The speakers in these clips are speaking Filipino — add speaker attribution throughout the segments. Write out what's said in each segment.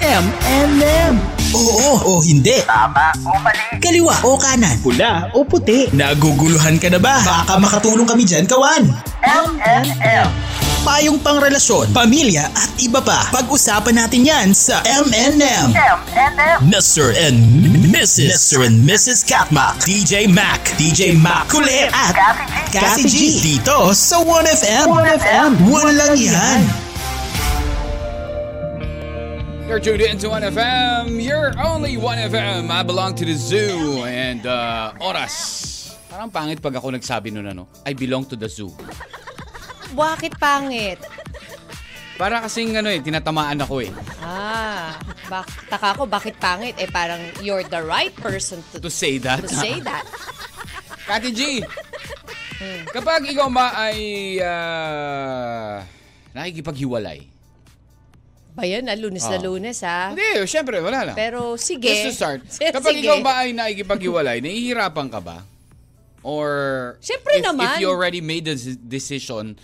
Speaker 1: M and M. Oo o hindi.
Speaker 2: Tama o mali.
Speaker 1: Kaliwa o kanan. Pula o puti. Naguguluhan ka na ba? Baka makatulong kami dyan, kawan.
Speaker 2: MNM.
Speaker 1: Payong pangrelasyon, pamilya at iba pa. Pag-usapan natin yan sa M&M.
Speaker 2: MNM.
Speaker 1: Mr. and Mrs. Mr. and Mrs. Katma. DJ Mac. DJ Mac. Kulit at
Speaker 2: Kathy G.
Speaker 1: Kathy G. Dito sa 1FM. 1FM. Walang yan.
Speaker 3: You're tuned in to 1FM. You're only 1FM. I belong to the zoo and uh, oras. Parang pangit pag ako nagsabi nun ano, I belong to the zoo.
Speaker 4: Bakit pangit?
Speaker 3: Para kasing ano eh, tinatamaan ako eh.
Speaker 4: Ah, bak taka ko, bakit pangit? Eh parang you're the right person to,
Speaker 3: To say that.
Speaker 4: to say that.
Speaker 3: Kati G, kapag ikaw ba ay ah, nakikipaghiwalay?
Speaker 4: Ba yan, ah, lunes
Speaker 3: Ah.
Speaker 4: na lunes ha?
Speaker 3: Hindi, syempre, wala lang.
Speaker 4: Pero sige.
Speaker 3: Just to start, kapag
Speaker 4: Sige.
Speaker 3: ikaw ba ay nakikipaghiwalay, nahihirapan ka ba? Or
Speaker 4: Syempre
Speaker 3: if, if
Speaker 4: naman.
Speaker 3: you already made the s- decision,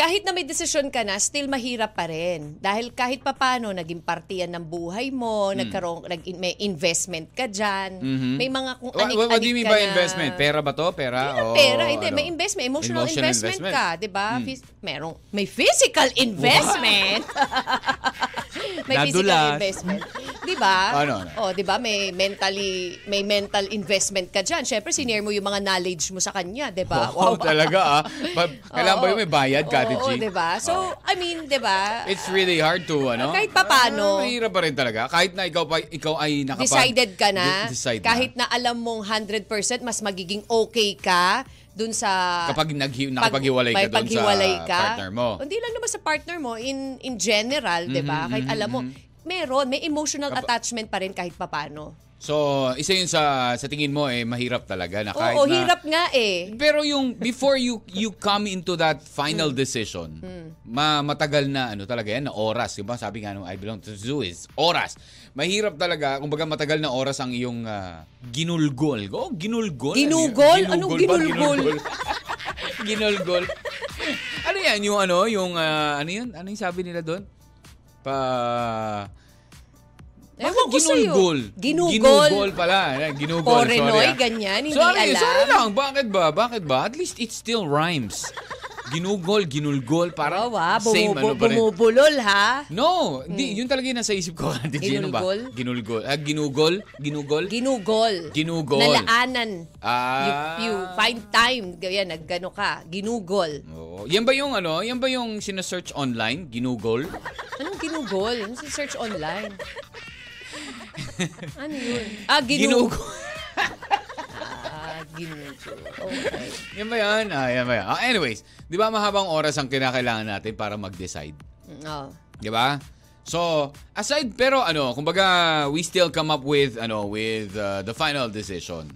Speaker 4: Kahit na may desisyon ka na, still mahirap pa rin. Dahil kahit papano, naging partiyan ng buhay mo,
Speaker 3: Hmm.
Speaker 4: nagkaroon, nag, may investment ka dyan. May mga
Speaker 3: What,
Speaker 4: kung anik-anik
Speaker 3: Mm-hmm. what, what do you mean
Speaker 4: ka
Speaker 3: by
Speaker 4: na-
Speaker 3: investment? Pera ba to? Pera?
Speaker 4: Hindi lang
Speaker 3: Oo,
Speaker 4: pera, hindi.
Speaker 3: ano?
Speaker 4: May investment. Emotional,
Speaker 3: Emotional
Speaker 4: investment,
Speaker 3: investment. Hmm.
Speaker 4: ka, di ba? Phys- merong, may physical investment. may physical
Speaker 3: Nadulas.
Speaker 4: investment. Di ba?
Speaker 3: Ano, ano?
Speaker 4: O, di ba? May mentally, may mental investment ka dyan. Siyempre, sinare mo yung mga knowledge mo sa kanya, di ba?
Speaker 3: Oo, talaga ah. Pa- kailangan ba
Speaker 4: Oo.
Speaker 3: yung may bayad, Kati G?
Speaker 4: Oo, di ba? So, I mean, di ba?
Speaker 3: It's really hard to, ano?
Speaker 4: Kahit pa paano.
Speaker 3: Ah, mahirap pa rin talaga. Kahit na ikaw, pa, ikaw ay nakapag...
Speaker 4: decided ka na,
Speaker 3: De- decide
Speaker 4: kahit
Speaker 3: na.
Speaker 4: na. alam mong 100% mas magiging okay ka dun sa
Speaker 3: Kapag naghi-
Speaker 4: pag-
Speaker 3: nakapaghiwalay ka
Speaker 4: may
Speaker 3: doon sa
Speaker 4: paghiwalay ka,
Speaker 3: partner mo.
Speaker 4: Hindi lang naman sa partner mo, in in general, di ba?
Speaker 3: Mm-hmm,
Speaker 4: Kahit alam mo, meron, may emotional attachment pa rin kahit papano.
Speaker 3: So, isa yun sa sa tingin mo, eh, mahirap talaga na kahit
Speaker 4: Oo,
Speaker 3: na...
Speaker 4: hirap nga eh.
Speaker 3: Pero yung before you you come into that final
Speaker 4: Hmm.
Speaker 3: decision, ma matagal na ano talaga yan, na oras. Diba? Sabi nga nung I belong to the zoo is oras. Mahirap talaga, kumbaga matagal na oras ang iyong ah, ginulgol. Oh, ginulgol. Ano
Speaker 4: Ginugol?
Speaker 3: yun?
Speaker 4: Anong
Speaker 3: ba?
Speaker 4: ginulgol?
Speaker 3: ginulgol. ano yan? Yung ano? Yung ah, ano yun? Ano yung sabi nila doon? Pa...
Speaker 4: Ewan
Speaker 3: Bakit
Speaker 4: ko sa'yo.
Speaker 3: ginulgol?
Speaker 4: Ginugol.
Speaker 3: Ginugol pala. Ayan, Ginugol.
Speaker 4: Porenoy,
Speaker 3: sorry, ah.
Speaker 4: ganyan, hindi
Speaker 3: sorry,
Speaker 4: alam.
Speaker 3: Sorry lang. Bakit ba? Bakit ba? At least it still rhymes. Ginugol, ginulgol. Parang
Speaker 4: Oo, ah,
Speaker 3: same
Speaker 4: bumubu-
Speaker 3: ano pa rin.
Speaker 4: bumubulol ha.
Speaker 3: No, di, yun talaga yung nasa isip ko. Ate G, ano ba?
Speaker 4: Ginulgol?
Speaker 3: Ginulgol. Ah, ginugol? Ginugol?
Speaker 4: Ginugol.
Speaker 3: Ginugol.
Speaker 4: Nalaanan.
Speaker 3: Ah.
Speaker 4: You, you find time. Ganyan, naggano ka. Ginugol.
Speaker 3: Oo. Yan ba yung ano? Yan ba yung sinesearch online? Ginugol?
Speaker 4: Anong ginugol? Ano sa search online? ano yun? Ah, ginugol.
Speaker 3: Ginugol.
Speaker 4: Ah, ginugol. Okay.
Speaker 3: yan ba yan? Ah, yan ba yan? Ah, anyways, di ba mahabang oras ang kinakailangan natin para mag-decide?
Speaker 4: Oh.
Speaker 3: Di ba? So, aside pero ano, kumbaga we still come up with ano with uh, the final decision.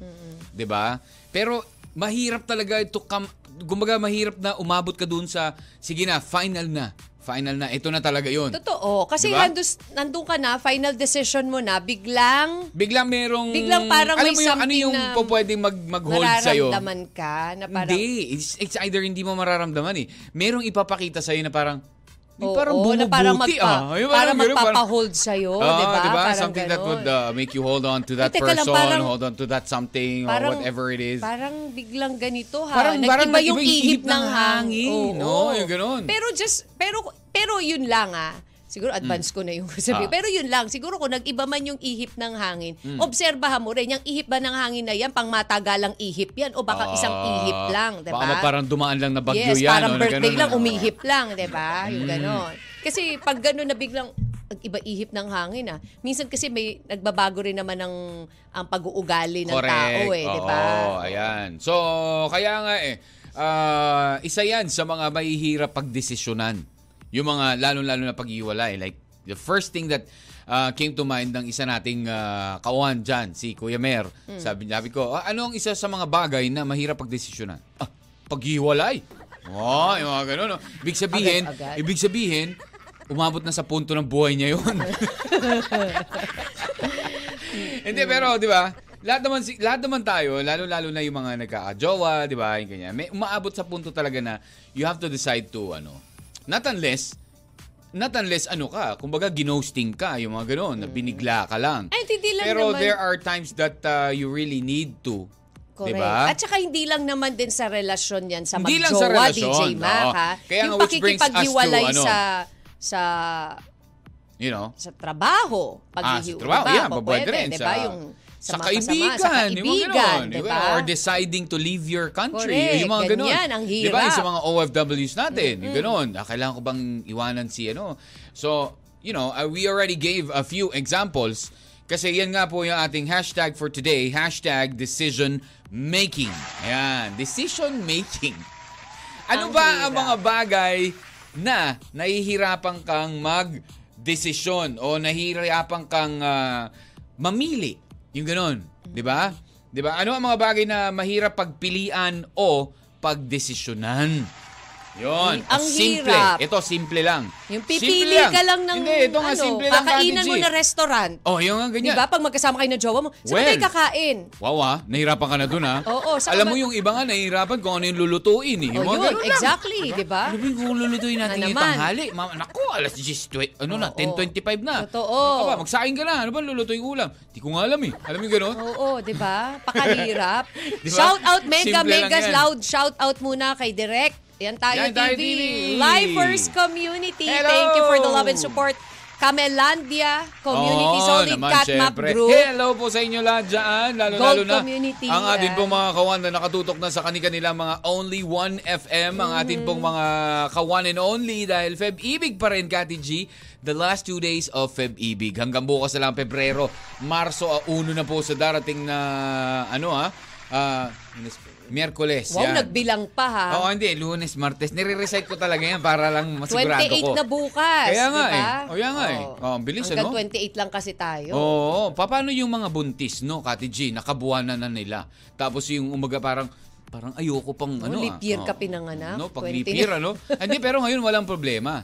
Speaker 3: 'Di ba? Pero mahirap talaga to come kumbaga mahirap na umabot ka dun sa sige na, final na. Final na. Ito na talaga 'yon.
Speaker 4: Totoo. Kasi
Speaker 3: Diba?
Speaker 4: handus, nandun ka na, final decision mo na, biglang
Speaker 3: Biglang merong
Speaker 4: Biglang parang
Speaker 3: alam
Speaker 4: may
Speaker 3: mo yung, ano
Speaker 4: something
Speaker 3: yung
Speaker 4: na
Speaker 3: po pwedeng mag mag-hold sa
Speaker 4: nararamdaman ka na parang...
Speaker 3: Hindi, it's, it's either hindi mo mararamdaman eh. Merong ipapakita sa na parang yung
Speaker 4: Oo,
Speaker 3: parang
Speaker 4: na parang,
Speaker 3: bumubuti ah.
Speaker 4: magpa,
Speaker 3: Yung
Speaker 4: parang
Speaker 3: ganun,
Speaker 4: magpapahold sa'yo,
Speaker 3: Ah,
Speaker 4: di ba?
Speaker 3: diba?
Speaker 4: Parang
Speaker 3: something that
Speaker 4: ganon.
Speaker 3: would uh, make you hold on to that
Speaker 4: Eh, teka lang,
Speaker 3: person,
Speaker 4: parang-
Speaker 3: hold on to that something,
Speaker 4: parang,
Speaker 3: or whatever it is.
Speaker 4: Parang biglang ganito ha.
Speaker 3: Parang- parang
Speaker 4: Parang, Nag-iba yung
Speaker 3: nag-iba yung
Speaker 4: ihip
Speaker 3: ihip ng
Speaker 4: ng hangin.
Speaker 3: hangin, no? Yung ganun. Mm.
Speaker 4: Pero just, pero, pero yun lang ah. Siguro advance ko na yung
Speaker 3: Ah. Mm.
Speaker 4: sabi. Pero yun lang, siguro kung nag-iba man yung ihip ng hangin, obserbahan mo rin, yung ihip ba ng hangin na yan, pang matagalang ihip yan, o baka isang
Speaker 3: Ah,
Speaker 4: ihip lang, diba? di
Speaker 3: Baka
Speaker 4: ba?
Speaker 3: parang dumaan lang na bagyo
Speaker 4: yes,
Speaker 3: yan.
Speaker 4: parang
Speaker 3: ano,
Speaker 4: birthday
Speaker 3: ganun, Mm.
Speaker 4: lang,
Speaker 3: ano.
Speaker 4: umihip lang, di ba? Yung ganon. Kasi pag ganon na biglang ang iba-ihip ng hangin ah. Minsan kasi may nagbabago rin naman ng ang pag-uugali ng
Speaker 3: Correct.
Speaker 4: tao eh, di ba?
Speaker 3: Oo, ayan. So, kaya nga eh, ah, isa yan sa mga mahihirap pagdesisyonan. Yung mga lalo-lalo na pag-iwalay. Like, the first thing that ah, came to mind ng isa nating ah, kawan dyan, si Kuya Mer.
Speaker 4: Hmm.
Speaker 3: Sabi, sabi ko, "Ah, ano ang isa sa mga bagay na mahirap pagdesisyonan? Ah, pag-iwalay. Oh, yung mga ganun. no? Ibig sabihin,
Speaker 4: Agad-agad.
Speaker 3: ibig sabihin, umabot na sa punto ng buhay niya yun. Hindi, pero, di ba? Lahat naman, si- lahat naman tayo, lalo-lalo na yung mga nagkakajowa, di ba? Yung kanya. May umaabot sa punto talaga na you have to decide to, ano, not unless Not unless ano ka, kumbaga ginosting ka, yung mga gano'n, na binigla ka lang.
Speaker 4: Ay, hindi lang
Speaker 3: Pero
Speaker 4: naman.
Speaker 3: there are times that uh, you really need to.
Speaker 4: Correct.
Speaker 3: Diba?
Speaker 4: At saka hindi lang naman din sa relasyon yan sa
Speaker 3: Hindi
Speaker 4: magjowa,
Speaker 3: lang sa
Speaker 4: DJ
Speaker 3: relasyon,
Speaker 4: Mac,
Speaker 3: oo.
Speaker 4: ha?
Speaker 3: Kaya
Speaker 4: yung
Speaker 3: nga, which brings us to,
Speaker 4: pakikipaghiwalay
Speaker 3: ano,
Speaker 4: sa sa
Speaker 3: You know?
Speaker 4: sa trabaho,
Speaker 3: Ah, sa
Speaker 4: paghihiwalay,
Speaker 3: trabaho, yeah, babae
Speaker 4: pwede,
Speaker 3: rin.
Speaker 4: diba?
Speaker 3: sa,
Speaker 4: yung
Speaker 3: sa
Speaker 4: mga
Speaker 3: kaibigan,
Speaker 4: kasama, sa
Speaker 3: yung mga
Speaker 4: kaibigan,
Speaker 3: ganun,
Speaker 4: diba?
Speaker 3: Or deciding to leave your country,
Speaker 4: Correct,
Speaker 3: yung mga ganun.
Speaker 4: ganyan, ang
Speaker 3: Diba,
Speaker 4: hirap.
Speaker 3: yung sa mga OFWs natin, yung ganun. Ah, kailangan ko bang iwanan si ano? So, you know, ah, we already gave a few examples kasi yan nga po yung ating hashtag for today, hashtag decision making. Ayan, decision making. Ano
Speaker 4: Ang
Speaker 3: ba ang
Speaker 4: hirap.
Speaker 3: mga bagay na nahihirapan kang mag-desisyon o nahihirapan kang ah, mamili? Yung ganun, 'di ba? 'Di ba? Ano ang mga bagay na mahirap pagpilian o pagdesisyonan? 'Yon,
Speaker 4: Ang
Speaker 3: simple.
Speaker 4: hirap.
Speaker 3: Ito simple lang.
Speaker 4: Yung
Speaker 3: Simple
Speaker 4: pipili ka lang ng
Speaker 3: Hindi, ito nga
Speaker 4: ano,
Speaker 3: simple lang.
Speaker 4: kakainan
Speaker 3: Kati
Speaker 4: mo
Speaker 3: G.
Speaker 4: na restaurant.
Speaker 3: Oh, yung nga ganyan.
Speaker 4: Diba? Pag magkasama kayo na jowa mo, saan
Speaker 3: Well.
Speaker 4: kayo kakain?
Speaker 3: Wow ah, nahirapan ka na dun ah.
Speaker 4: Oo, saan
Speaker 3: Alam
Speaker 4: ba-
Speaker 3: mo yung iba nga nahirapan kung ano yung lulutuin eh. Yung mga
Speaker 4: O Oh, yun,
Speaker 3: ganun lang.
Speaker 4: exactly, di ba?
Speaker 3: Ano ba yung kung lulutuin natin
Speaker 4: Ano
Speaker 3: yung
Speaker 4: naman?
Speaker 3: tanghali? Mama, naku, alas 10, twe- ano na,
Speaker 4: Oo.
Speaker 3: 10.25 na.
Speaker 4: Totoo.
Speaker 3: Ano ka ba, magsaing ka na. Ano ba lulutuin yung ulam? Di ko nga alam eh. Alam mo yung ganun?
Speaker 4: Oo, di ba? Pakahirap.
Speaker 3: Di ba?
Speaker 4: Shout out
Speaker 3: Simple
Speaker 4: Mega
Speaker 3: lang
Speaker 4: Megas
Speaker 3: yan.
Speaker 4: Loud. Shout out muna kay Direct. Yan
Speaker 3: Yan
Speaker 4: tayo,
Speaker 3: tayo,
Speaker 4: TV.
Speaker 3: TV.
Speaker 4: Lifers Community.
Speaker 3: Hello!
Speaker 4: Thank you for the love and support. Kamelandia Community
Speaker 3: Oo,
Speaker 4: Solid
Speaker 3: naman,
Speaker 4: Cat Map
Speaker 3: syempre.
Speaker 4: Group.
Speaker 3: Hello po sa inyo lahat dyan. Lalo, lalo
Speaker 4: Gold
Speaker 3: na
Speaker 4: community
Speaker 3: ang atin
Speaker 4: yan.
Speaker 3: pong mga kawan na nakatutok na sa kanila mga Only One FM.
Speaker 4: Mm.
Speaker 3: Ang atin pong mga kawan and only dahil Feb Ibig pa rin, Kati G. The last two days of Feb Ibig. Hanggang bukas na lang, Pebrero. Marso, ah, uno na po sa darating na ano ha. ah, Miyerkules.
Speaker 4: Wow,
Speaker 3: yan.
Speaker 4: nagbilang pa ha.
Speaker 3: Oo, hindi. Lunes, Martes. Nire-recite ko talaga yan para lang masigurado
Speaker 4: 28
Speaker 3: ko.
Speaker 4: na bukas.
Speaker 3: Kaya nga
Speaker 4: di ba?
Speaker 3: eh. O, yan nga eh. Oh, ang bilis,
Speaker 4: Hanggang
Speaker 3: ano?
Speaker 4: 28 lang kasi tayo.
Speaker 3: Oo. Pa- Paano yung mga buntis, no, Kati G? Nakabuwanan na nila. Tapos yung umaga parang, parang ayoko pang ano.
Speaker 4: leap
Speaker 3: ah.
Speaker 4: year Oh, ka pinanganak.
Speaker 3: No, pag
Speaker 4: 20
Speaker 3: leap year, ano? Hindi, pero ngayon walang problema.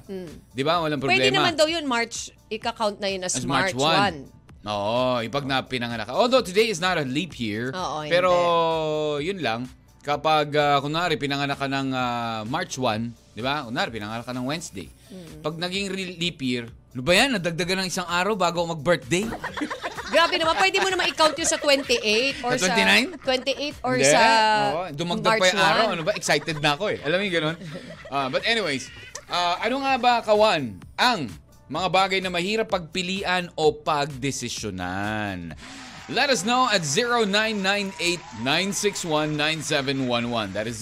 Speaker 3: Di ba? Walang problema.
Speaker 4: Pwede naman daw yun, March. Ika-count na yun as,
Speaker 3: As March 1. Oo, yung pag na pinanganak ka. Although today is not a leap year.
Speaker 4: Oo, hindi.
Speaker 3: pero yun lang. Kapag ah, kunwari pinanganak ka ng ah, March 1, di ba? Kunwari pinanganak ka ng Wednesday.
Speaker 4: Mm.
Speaker 3: Pag naging re- leap year, ano ba yan? Nadagdagan ng isang araw bago mag-birthday?
Speaker 4: Grabe naman, pwede mo naman i-count yun sa 28 or
Speaker 3: Sa 29?
Speaker 4: sa 28 or
Speaker 3: Hindi.
Speaker 4: sa
Speaker 3: Oo, Dumagdag
Speaker 4: March
Speaker 3: pa yung araw.
Speaker 4: 1.
Speaker 3: Ano ba? Excited na ako eh. Alam mo yung ganun? Ah, but anyways, ah, ano nga ba, Kawan, ang mga bagay na mahirap pagpilian o pagdesisyonan? Let us know at 0998-961-9711. That is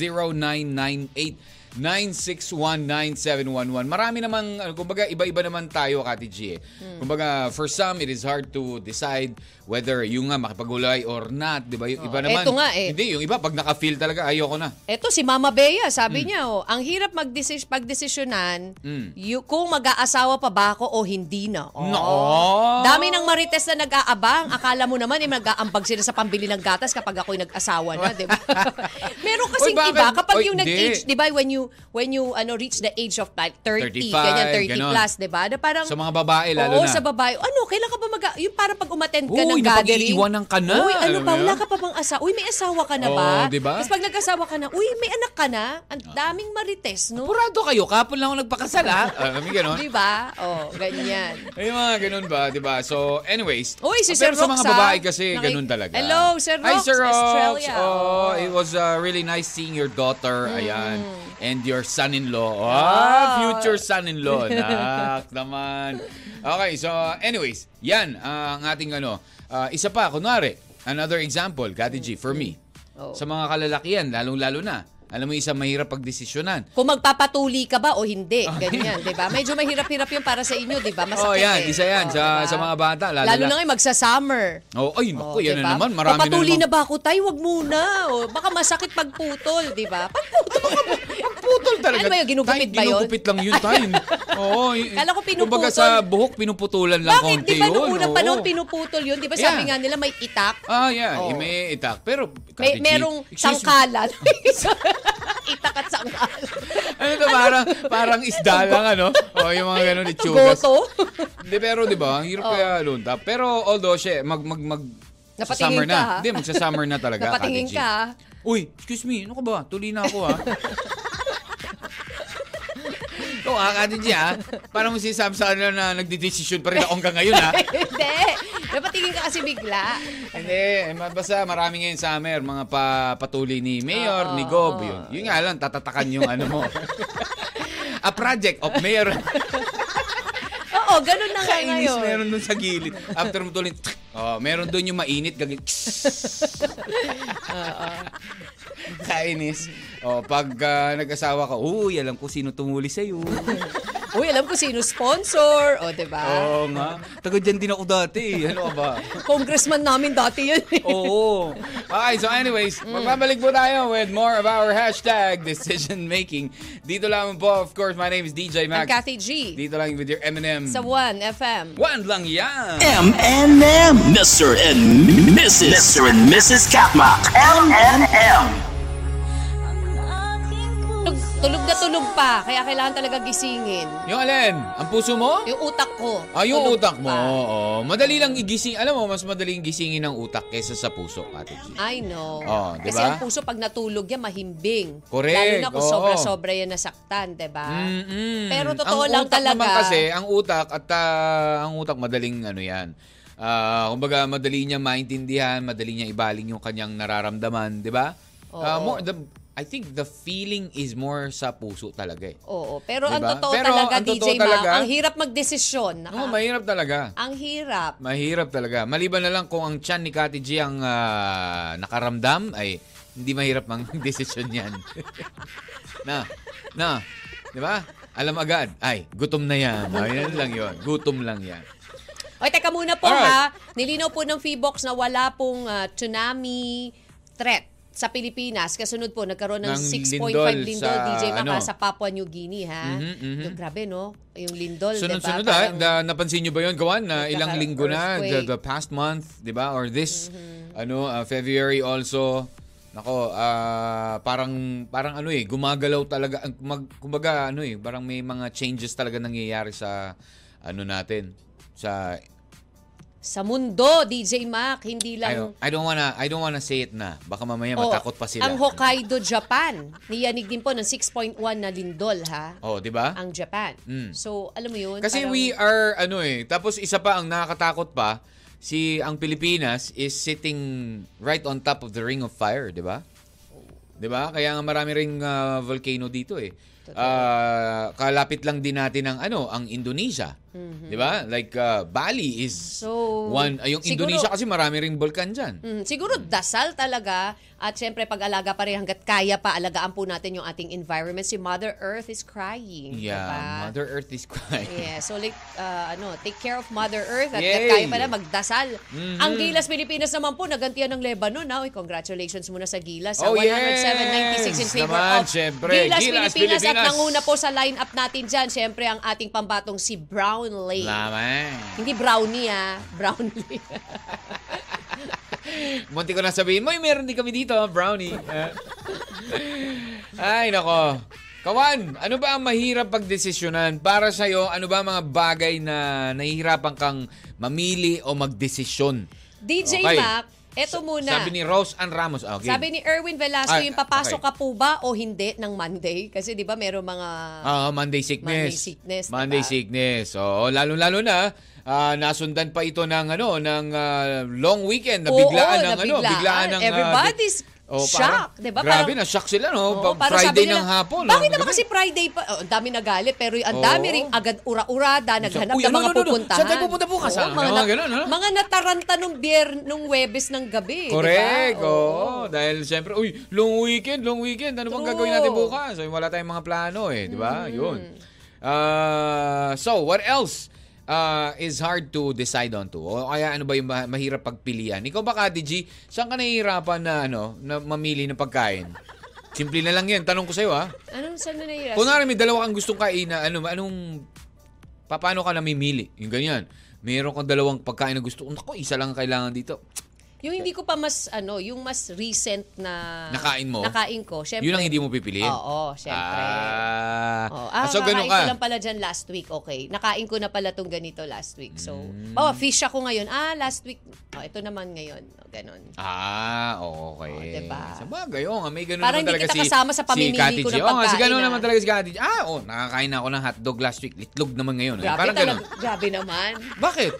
Speaker 3: 0998-961-9711. Marami namang, ano, kumbaga, iba-iba naman tayo, Kati G. eh.
Speaker 4: Hmm.
Speaker 3: Kumbaga, for some, it is hard to decide whether yung nga makipagulay or not. Di ba? Yung iba
Speaker 4: Oo.
Speaker 3: naman.
Speaker 4: Eto nga eh.
Speaker 3: Hindi, yung iba, pag naka-feel talaga, ayoko na.
Speaker 4: Eto si Mama
Speaker 3: Mm.
Speaker 4: Bea, sabi niya, oh, ang hirap magdesis pagdesisyonan yu- kung mag-aasawa pa ba ako o hindi na. Oh.
Speaker 3: No. Oh.
Speaker 4: Dami ng marites na nag-aabang. Akala mo naman, eh, mag-aambag sila sa pambili ng gatas kapag ako'y nag-asawa na, di ba? Meron
Speaker 3: Oy,
Speaker 4: kasing
Speaker 3: bakit?
Speaker 4: iba, kapag
Speaker 3: Oy,
Speaker 4: yung
Speaker 3: hindi.
Speaker 4: nag-age, di ba, when you, when you ano, reach the age of like 30,
Speaker 3: 35,
Speaker 4: ganyan, 30
Speaker 3: ganon.
Speaker 4: plus, di ba? Na Parang,
Speaker 3: Sa mga babae, lalo na.
Speaker 4: oo, sa babae. Ano, kailan ka ba mag- Yung parang pag umattend ka
Speaker 3: Uy,
Speaker 4: ng gathering.
Speaker 3: napag-iiwanan ka na.
Speaker 4: Uy, ano
Speaker 3: Alam
Speaker 4: ba?
Speaker 3: mo yun?
Speaker 4: Wala ka pa bang asawa? Uy, may asawa ka na
Speaker 3: Oo,
Speaker 4: ba?
Speaker 3: di ba? Ah.
Speaker 4: Tapos pag nag-asawa ka na, uy, may anak ka na. Ang daming marites, no?
Speaker 3: Purado kayo, kapon lang ako nagpakasal, ha? Ah, Kami ganun.
Speaker 4: Di ba? Oh, ganyan.
Speaker 3: Ay, mga ganun ba, di ba? So, anyways.
Speaker 4: Uy, si
Speaker 3: ah,
Speaker 4: Sir
Speaker 3: Pero sa
Speaker 4: Rox,
Speaker 3: mga
Speaker 4: ah.
Speaker 3: babae kasi,
Speaker 4: Naki-
Speaker 3: ganun talaga.
Speaker 4: Hello, Sir
Speaker 3: Hi,
Speaker 4: Rox,
Speaker 3: Sir Rox.
Speaker 4: Australia.
Speaker 3: Oh,
Speaker 4: Oh. Mm.
Speaker 3: it was uh, really nice seeing your daughter. Ayan. And your son-in-law. Ah, future son-in-law. Nak naman. Okay, so anyways, yan ah, ang ating ano. Ah, isa pa, kunwari, another example, Kati G, for me.
Speaker 4: Oh.
Speaker 3: Sa mga kalalakihan, lalong-lalo na. Alam mo, isa mahirap pagdesisyonan.
Speaker 4: Kung magpapatuli ka ba o hindi, ganyan, di ba? Medyo mahirap-hirap yun para sa inyo, di ba? Masakit
Speaker 3: Ah. Oh, yan,
Speaker 4: eh.
Speaker 3: isa yan
Speaker 4: Oh,
Speaker 3: sa,
Speaker 4: di ba?
Speaker 3: sa mga bata. Lalo,
Speaker 4: Lalo
Speaker 3: na-
Speaker 4: na ngayon, magsa-summer.
Speaker 3: Oh, ay, naku,
Speaker 4: Oh,
Speaker 3: yan
Speaker 4: diba?
Speaker 3: na naman. Marami
Speaker 4: Papatuli
Speaker 3: na
Speaker 4: na,
Speaker 3: naman.
Speaker 4: ba ako tayo? Wag muna. Oh, baka masakit pagputol, di ba? Pagputol.
Speaker 3: Putol talaga.
Speaker 4: Ano ba yun, ginugupit
Speaker 3: Tay,
Speaker 4: ba yun?
Speaker 3: Ginugupit lang yun, tayo. Oo. y-
Speaker 4: Kala ko pinuputol.
Speaker 3: Kumbaga sa buhok, pinuputulan lang
Speaker 4: Bakit?
Speaker 3: konti
Speaker 4: Di ba
Speaker 3: yun.
Speaker 4: nung unang panahon
Speaker 3: oo.
Speaker 4: pinuputol yun? Di ba
Speaker 3: Yeah.
Speaker 4: sabi nga nila may itak?
Speaker 3: Ah, yeah.
Speaker 4: Oo.
Speaker 3: eh, May itak. Pero,
Speaker 4: May,
Speaker 3: Kati G,
Speaker 4: merong
Speaker 3: excuse me,
Speaker 4: sangkalan. itak at sangkalan.
Speaker 3: Ano to, parang, parang isda lang, ano? O, yung mga ganun, itsugas.
Speaker 4: Goto.
Speaker 3: Hindi, pero di ba, ang hirap kaya lunta. Pero although, she, mag, mag, mag, sa
Speaker 4: Napatingin
Speaker 3: summer
Speaker 4: ka, ha?
Speaker 3: na. Hindi, magsa-summer na talaga. Kati
Speaker 4: Napatingin
Speaker 3: G.
Speaker 4: ka, ha?
Speaker 3: ah. Uy, excuse me, ano ka ba? Tuli na ako ha. Ito, ah, Ate G, ah. Parang mo si Sam sa ano na nagdidesisyon pa rin ako hanggang ngayon, ah. ha?
Speaker 4: Hindi. Napatingin ka kasi bigla.
Speaker 3: Hindi, eh, basta marami ngayon summer, mga pa, patuloy ni Mayor, ni Gob. Yun. yun nga lang, tatatakan yung ano mo. A project of Mayor.
Speaker 4: Oo, ganun na nga
Speaker 3: Kainis
Speaker 4: ngayon.
Speaker 3: meron dun sa gilid. After mo tuloy, oh, meron dun yung mainit, gagawin. Kainis. Oh, pag ah, nag-asawa ka, uy, alam ko sino tumuli sa'yo.
Speaker 4: Uy, alam ko sino sponsor. O, diba? di ba?
Speaker 3: Oo nga. Taga dyan din ako dati. eh. Ano ka ba?
Speaker 4: Congressman namin dati yun. eh.
Speaker 3: Oo. Okay, so anyways,
Speaker 4: Mm.
Speaker 3: magbabalik po tayo with more of our hashtag decision making. Dito lamang po, of course, my name is DJ
Speaker 4: Ang
Speaker 3: Max.
Speaker 4: Kathy G.
Speaker 3: Dito lang with your M&M.
Speaker 4: Sa 1FM.
Speaker 3: One lang yan.
Speaker 1: M and M, Mr. and Mrs. Mr. and Mrs. Katma. M and M.
Speaker 4: Tulog, tulog na tulog pa, kaya kailangan talaga gisingin.
Speaker 3: Yung alin, ang puso mo?
Speaker 4: Yung utak ko.
Speaker 3: Ah, yung
Speaker 4: tulog
Speaker 3: utak mo.
Speaker 4: pa.
Speaker 3: Oo. Madali lang igising. Alam mo, mas madaling gisingin ang utak kaysa sa puso, Ate G.
Speaker 4: I know.
Speaker 3: Oo, di
Speaker 4: Kasi
Speaker 3: ba?
Speaker 4: ang puso pag natulog yan, mahimbing.
Speaker 3: Correct,
Speaker 4: Lalo na kung
Speaker 3: oo. Mm.
Speaker 4: sobra-sobra yan nasaktan, diba? di ba?
Speaker 3: Mm-mm.
Speaker 4: Ah, Pero totoo
Speaker 3: ang
Speaker 4: lang
Speaker 3: utak
Speaker 4: talaga.
Speaker 3: Naman kasi, ang utak at ah, ang utak madaling ano 'yan. Ah, kumbaga madali niya maintindihan, madali niya ibaling yung kanyang nararamdaman, 'di ba? Ah,
Speaker 4: Oo.
Speaker 3: more the I think the feeling is more sa puso talaga eh.
Speaker 4: Oo. Pero ang
Speaker 3: Diba?
Speaker 4: totoo
Speaker 3: Pero
Speaker 4: talaga,
Speaker 3: ang totoo
Speaker 4: DJ Ma,
Speaker 3: talaga- Oh
Speaker 4: ang hirap magdesisyon.
Speaker 3: Oo,
Speaker 4: Naka-
Speaker 3: mahirap talaga.
Speaker 4: ang hirap.
Speaker 3: Mahirap talaga. Maliban na lang kung ang tiyan ni Kati G ang ah, nakaramdam, ay hindi mahirap mang desisyon yan. na, na, di ba? Alam agad, ay, gutom na yan. Ayan lang yon gutom lang yan.
Speaker 4: O, teka muna po
Speaker 3: Alright.
Speaker 4: ha. Nilinaw po ng Feebox na wala pong ah, tsunami threat sa Pilipinas. Kasunod po, nagkaroon ng,
Speaker 3: Ng
Speaker 4: 6.5
Speaker 3: lindol
Speaker 4: lindol,
Speaker 3: sa,
Speaker 4: DJ Maka
Speaker 3: ano?
Speaker 4: sa Papua New Guinea ha.
Speaker 3: Mhm, mhm.
Speaker 4: Yung grabe no, yung lindol.
Speaker 3: Sunod-sunod
Speaker 4: diba?
Speaker 3: ah.
Speaker 4: Parang-
Speaker 3: Da- napansin nyo ba yun, Kawan? Na ilang
Speaker 4: Nagkaka-
Speaker 3: linggo na, the,
Speaker 4: earthquake. Mm-hmm.
Speaker 3: the past month, di ba? Or this, ano, uh, February also. Nako, ah, parang parang ano eh, gumagalaw talaga ang- mag, kumbaga ano eh, parang may mga changes talaga nangyayari sa ano natin sa
Speaker 4: Sa mundo, DJ Mac, hindi
Speaker 3: I
Speaker 4: lang...
Speaker 3: don't, I don't wanna I don't wanna say it na. Baka mamaya oh.
Speaker 4: Oo,
Speaker 3: matakot pa sila.
Speaker 4: Ang Hokkaido, Japan, niyanig din po ng 6.1 na lindol ha.
Speaker 3: oh, di ba?
Speaker 4: Ang Japan.
Speaker 3: Mm.
Speaker 4: So, alam mo yun?
Speaker 3: Kasi
Speaker 4: parang-
Speaker 3: we are ano eh, tapos isa pa ang nakakatakot pa, si ang Pilipinas is sitting right on top of the ring of fire, 'di ba? 'Di ba? Kaya nga marami ring ah, volcano dito eh. Ah, kalapit lang din natin ang ano, ang Indonesia. 'Di ba? Like ah, Bali is
Speaker 4: Mm-hmm. So,
Speaker 3: one ay yung
Speaker 4: siguro-
Speaker 3: Indonesia kasi marami ring bulkan diyan.
Speaker 4: Mm, siguro dasal talaga at syempre pag-alaga pa rin hanggat kaya pa alagaan po natin yung ating environment. Si Mother Earth is crying.
Speaker 3: Yeah,
Speaker 4: diba?
Speaker 3: Mother Earth is crying.
Speaker 4: Yeah, so like, uh, ano, take care of Mother Earth at
Speaker 3: Yay! Mm-hmm.
Speaker 4: kaya pala magdasal. Ang Gilas Pilipinas naman po, nagantian ng Lebanon. Now, congratulations muna sa Gilas. sa
Speaker 3: Oh,
Speaker 4: 107.96 in
Speaker 3: yes!
Speaker 4: favor
Speaker 3: Naman,
Speaker 4: of
Speaker 3: syempre.
Speaker 4: Gilas,
Speaker 3: Gilas,
Speaker 4: Pilipinas, At
Speaker 3: Pilipinas.
Speaker 4: nanguna po sa line-up natin dyan, syempre ang ating pambatong si Brownlee.
Speaker 3: Lamang.
Speaker 4: Hindi Brownie ah, Brownlee.
Speaker 3: Munti ko na sabihin, may meron din kami dito, brownie. Ah. Ay, nako. Kawan, ano ba ang mahirap pagdesisyonan? Para sa'yo, ano ba ang mga bagay na nahihirapan kang mamili o magdesisyon?
Speaker 4: DJ
Speaker 3: Okay.
Speaker 4: Mac, eto muna.
Speaker 3: Sabi ni Rose Ann Ramos. Ah, Okay.
Speaker 4: Sabi ni Erwin Velasco,
Speaker 3: Ay,
Speaker 4: yung papasok
Speaker 3: Ah, okay.
Speaker 4: ka po ba o hindi ng Monday? Kasi di ba meron mga...
Speaker 3: Ah, Monday sickness.
Speaker 4: Monday sickness,
Speaker 3: Monday
Speaker 4: diba?
Speaker 3: sickness. Oo, lalo-lalo na ah, nasundan pa ito ng ano, ng ah, long weekend na
Speaker 4: Oo,
Speaker 3: biglaan ng ano,
Speaker 4: nabiglaan.
Speaker 3: biglaan ng ah,
Speaker 4: Everybody's shocked,
Speaker 3: parang-
Speaker 4: di ba?
Speaker 3: Grabe na
Speaker 4: Parang-
Speaker 3: shock sila no,
Speaker 4: Oo,
Speaker 3: Pag
Speaker 4: parang
Speaker 3: Friday
Speaker 4: sabi
Speaker 3: ng
Speaker 4: nila,
Speaker 3: hapon. no,
Speaker 4: Bakit naman
Speaker 3: gabi.
Speaker 4: kasi Friday pa? Oh, ang dami nagalit, pero
Speaker 3: Oo.
Speaker 4: ang dami ring agad ura-urada, naghanap
Speaker 3: Uy,
Speaker 4: ng
Speaker 3: ano,
Speaker 4: mga
Speaker 3: ano, ano,
Speaker 4: pupuntahan.
Speaker 3: saan tayo pupunta bukas,
Speaker 4: Oo,
Speaker 3: ah?
Speaker 4: mga,
Speaker 3: Mga
Speaker 4: na,
Speaker 3: ganun, ano?
Speaker 4: mga nataranta nung bier, nung Webes ng gabi. di ba?
Speaker 3: Correct.
Speaker 4: Oo.
Speaker 3: Oo. Dahil syempre, uy, long weekend, long weekend. Ano bang
Speaker 4: True. Mm-hmm.
Speaker 3: gagawin natin bukas? Ay, wala tayong mga plano eh, di ba? Yun. Ah, so, what else ah, is hard to decide on to? O kaya ano ba yung ma- mahirap pagpilian? Ikaw ba, Kati G, saan ka nahihirapan na, ano, na mamili ng pagkain? Simple na lang yan. Tanong ko sa'yo, ha?
Speaker 4: Anong saan na nairas?
Speaker 3: Kunwari, may dalawa kang gustong kain na, ano, anong, pa- paano ka namimili? Yung ganyan. Meron kang dalawang pagkain na gusto. Nako, isa lang ang kailangan dito.
Speaker 4: Yung hindi ko pa mas, ano, yung mas recent na...
Speaker 3: Nakain mo?
Speaker 4: Nakain ko. Syempre,
Speaker 3: Yun ang hindi mo pipiliin?
Speaker 4: Oo, syempre.
Speaker 3: Ah,
Speaker 4: Oh,
Speaker 3: Ah,
Speaker 4: ah,
Speaker 3: so ganun
Speaker 4: kakain ko
Speaker 3: ka.
Speaker 4: lang pala dyan last week, okay. Nakain ko na pala tong ganito last week. So,
Speaker 3: Mm.
Speaker 4: oh, fish ako ngayon. Ah, last week. Oh, ito naman ngayon. Oh, ganun.
Speaker 3: Ah, okay.
Speaker 4: Oh, diba?
Speaker 3: Sa bagay, oo nga, may ganun
Speaker 4: Parang
Speaker 3: naman
Speaker 4: hindi
Speaker 3: talaga
Speaker 4: kita
Speaker 3: si,
Speaker 4: kasama sa
Speaker 3: si
Speaker 4: pamimili
Speaker 3: Kati
Speaker 4: ko
Speaker 3: G.
Speaker 4: ng
Speaker 3: Oo nga, si
Speaker 4: pagkain,
Speaker 3: ganun
Speaker 4: ah.
Speaker 3: naman talaga si Kati G. Ah, oh, nakakain ako ng hotdog last week. Litlog naman ngayon. eh.
Speaker 4: Grabe
Speaker 3: Parang ganun.
Speaker 4: talaga. Grabe naman.
Speaker 3: Bakit?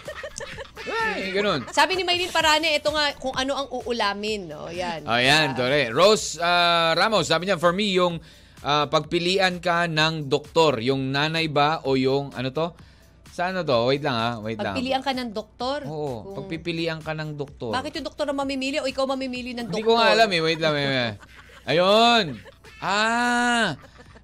Speaker 3: Ay, ganun.
Speaker 4: Sabi ni Maylin Parane, ito nga kung ano ang uulamin. Oh, yan.
Speaker 3: Ayan,
Speaker 4: Ah,
Speaker 3: tore. Rose ah, Ramos, sabi niya, for me, yung ah, pagpilian ka ng doktor, yung nanay ba o yung ano to? Sa ano to? Wait lang ha, wait lang.
Speaker 4: Pagpilian ka ng doktor.
Speaker 3: Oo,
Speaker 4: Kung-
Speaker 3: pagpipilian ka ng doktor.
Speaker 4: Bakit yung doktor ang mamimili o ikaw mamimili ng doktor?
Speaker 3: Hindi ko nga alam eh. Wait lang. Wait, wait. Ayun. Ah.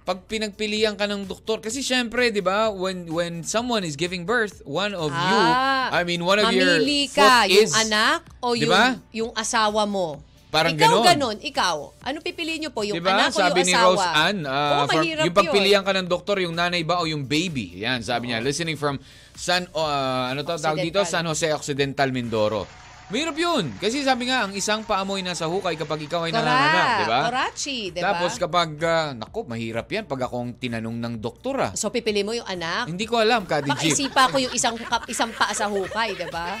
Speaker 3: Pag pinagpilian ka ng doktor, kasi syempre, di ba, when when someone is giving birth, one of you,
Speaker 4: Ah,
Speaker 3: I mean, one of your
Speaker 4: mamili
Speaker 3: foot
Speaker 4: ka, yung
Speaker 3: is,
Speaker 4: anak o
Speaker 3: Di
Speaker 4: yung,
Speaker 3: ba?
Speaker 4: yung asawa mo.
Speaker 3: Parang
Speaker 4: ikaw
Speaker 3: ganon.
Speaker 4: ganun, ikaw. Ano pipiliin niyo po?
Speaker 3: Di
Speaker 4: Yung
Speaker 3: ba?
Speaker 4: anak o
Speaker 3: Sabi
Speaker 4: yung
Speaker 3: ni
Speaker 4: asawa?
Speaker 3: Rose Ann, ah,
Speaker 4: Oo,
Speaker 3: for-
Speaker 4: mahirap
Speaker 3: yung pagpilian ka ng doktor, yung nanay ba o yung baby? Yan, sabi niya. Listening from San, ah, ano to, tawag dito, San
Speaker 4: Occidental.
Speaker 3: Jose Occidental, Mindoro. Mahirap yun. Kasi sabi nga, ang isang paamoy nasa hukay kapag ikaw ay nanganak,
Speaker 4: Kora,
Speaker 3: di ba?
Speaker 4: Korachi, di ba?
Speaker 3: Tapos kapag, ah, nako, mahirap yan pag akong tinanong ng doktor ah.
Speaker 4: So pipili mo yung anak?
Speaker 3: Hindi ko alam, Kadi
Speaker 4: Baka
Speaker 3: Jeep.
Speaker 4: isipa ko yung isang, kap- isang paa sa hukay, di ba?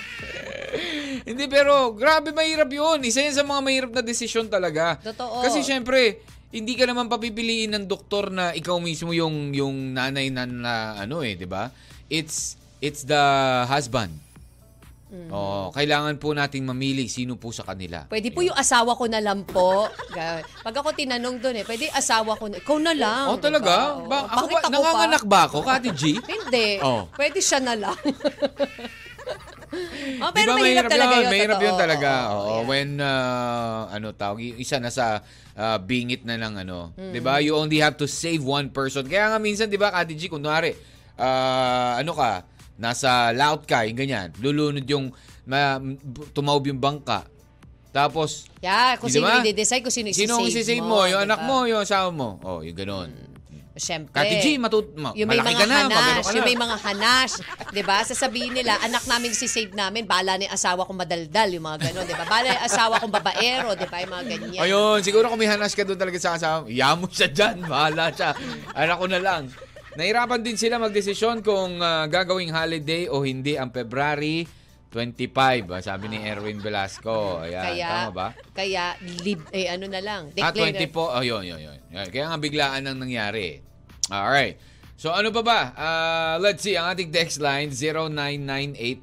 Speaker 3: Hindi, pero grabe mahirap yun. Isa yan sa mga mahirap na desisyon talaga.
Speaker 4: Totoo.
Speaker 3: Kasi syempre, hindi ka naman papipiliin ng doktor na ikaw mismo yung yung nanay na, na ano eh, 'di ba? It's it's the husband. Oh, kailangan po nating mamili sino po sa kanila.
Speaker 4: Mm. Pwede po yung asawa ko na lang po. Ga- Pag ako tinanong doon eh, pwede asawa ko na. Ikaw na lang.
Speaker 3: Oh,
Speaker 4: di
Speaker 3: talaga?
Speaker 4: Diba? Oo.
Speaker 3: Ba, ako
Speaker 4: Bakit
Speaker 3: ba, nanganganak ba ako, Kati G?
Speaker 4: Hindi.
Speaker 3: Oh.
Speaker 4: Pwede siya na lang. oh,
Speaker 3: Di
Speaker 4: pero
Speaker 3: ba
Speaker 4: mahirap, talaga yun.
Speaker 3: Mahirap
Speaker 4: totoo. Oh,
Speaker 3: yun talaga.
Speaker 4: Oo,
Speaker 3: Oo,
Speaker 4: yan.
Speaker 3: when, uh, ano tawag, yung isa na sa uh, bingit na ng ano.
Speaker 4: Hmm.
Speaker 3: Di ba? You only have to save one person. Kaya nga minsan, di ba, Kati G, kunwari, uh, ano ka, nasa loud ka, yung ganyan, lulunod yung, ma, tumaob yung bangka. Tapos,
Speaker 4: Yeah, kung
Speaker 3: Di
Speaker 4: sino
Speaker 3: ba?
Speaker 4: yung i-decide, kung sino
Speaker 3: sino ang isisave
Speaker 4: isi-save
Speaker 3: mo? Yung
Speaker 4: di
Speaker 3: anak
Speaker 4: ba? Hmm.
Speaker 3: mo, yung asawa mo. Oh, yung ganun.
Speaker 4: Siyempre.
Speaker 3: Kati G, matut ma-
Speaker 4: yung may
Speaker 3: malaki
Speaker 4: mga
Speaker 3: ka na.
Speaker 4: hanash,
Speaker 3: magano ka
Speaker 4: yung
Speaker 3: na.
Speaker 4: may mga hanash, 'di ba? Sasabihin nila, anak namin si save namin, bala ni asawa kong madaldal, yung mga ganun, 'di ba? Bala ni asawa kong babaero, 'di ba? Yung mga ganyan.
Speaker 3: Ayun, siguro kung may hanas ka doon talaga sa kasama, yamo siya dyan, bahala siya. Anak ko na lang. Nahirapan din sila magdesisyon kung ah, gagawing holiday o hindi ang February 25, ah, sabi ni Erwin Velasco. Ayan,
Speaker 4: kaya
Speaker 3: tama ba?
Speaker 4: kaya lib eh ano na lang,
Speaker 3: Ah,
Speaker 4: declare.
Speaker 3: 20 po. Oh, yun, yun, yun. Yun, Kaya nga biglaan ang nangyari. Ah, Alright. So ano pa ba? Ah, let's see, ang ating text line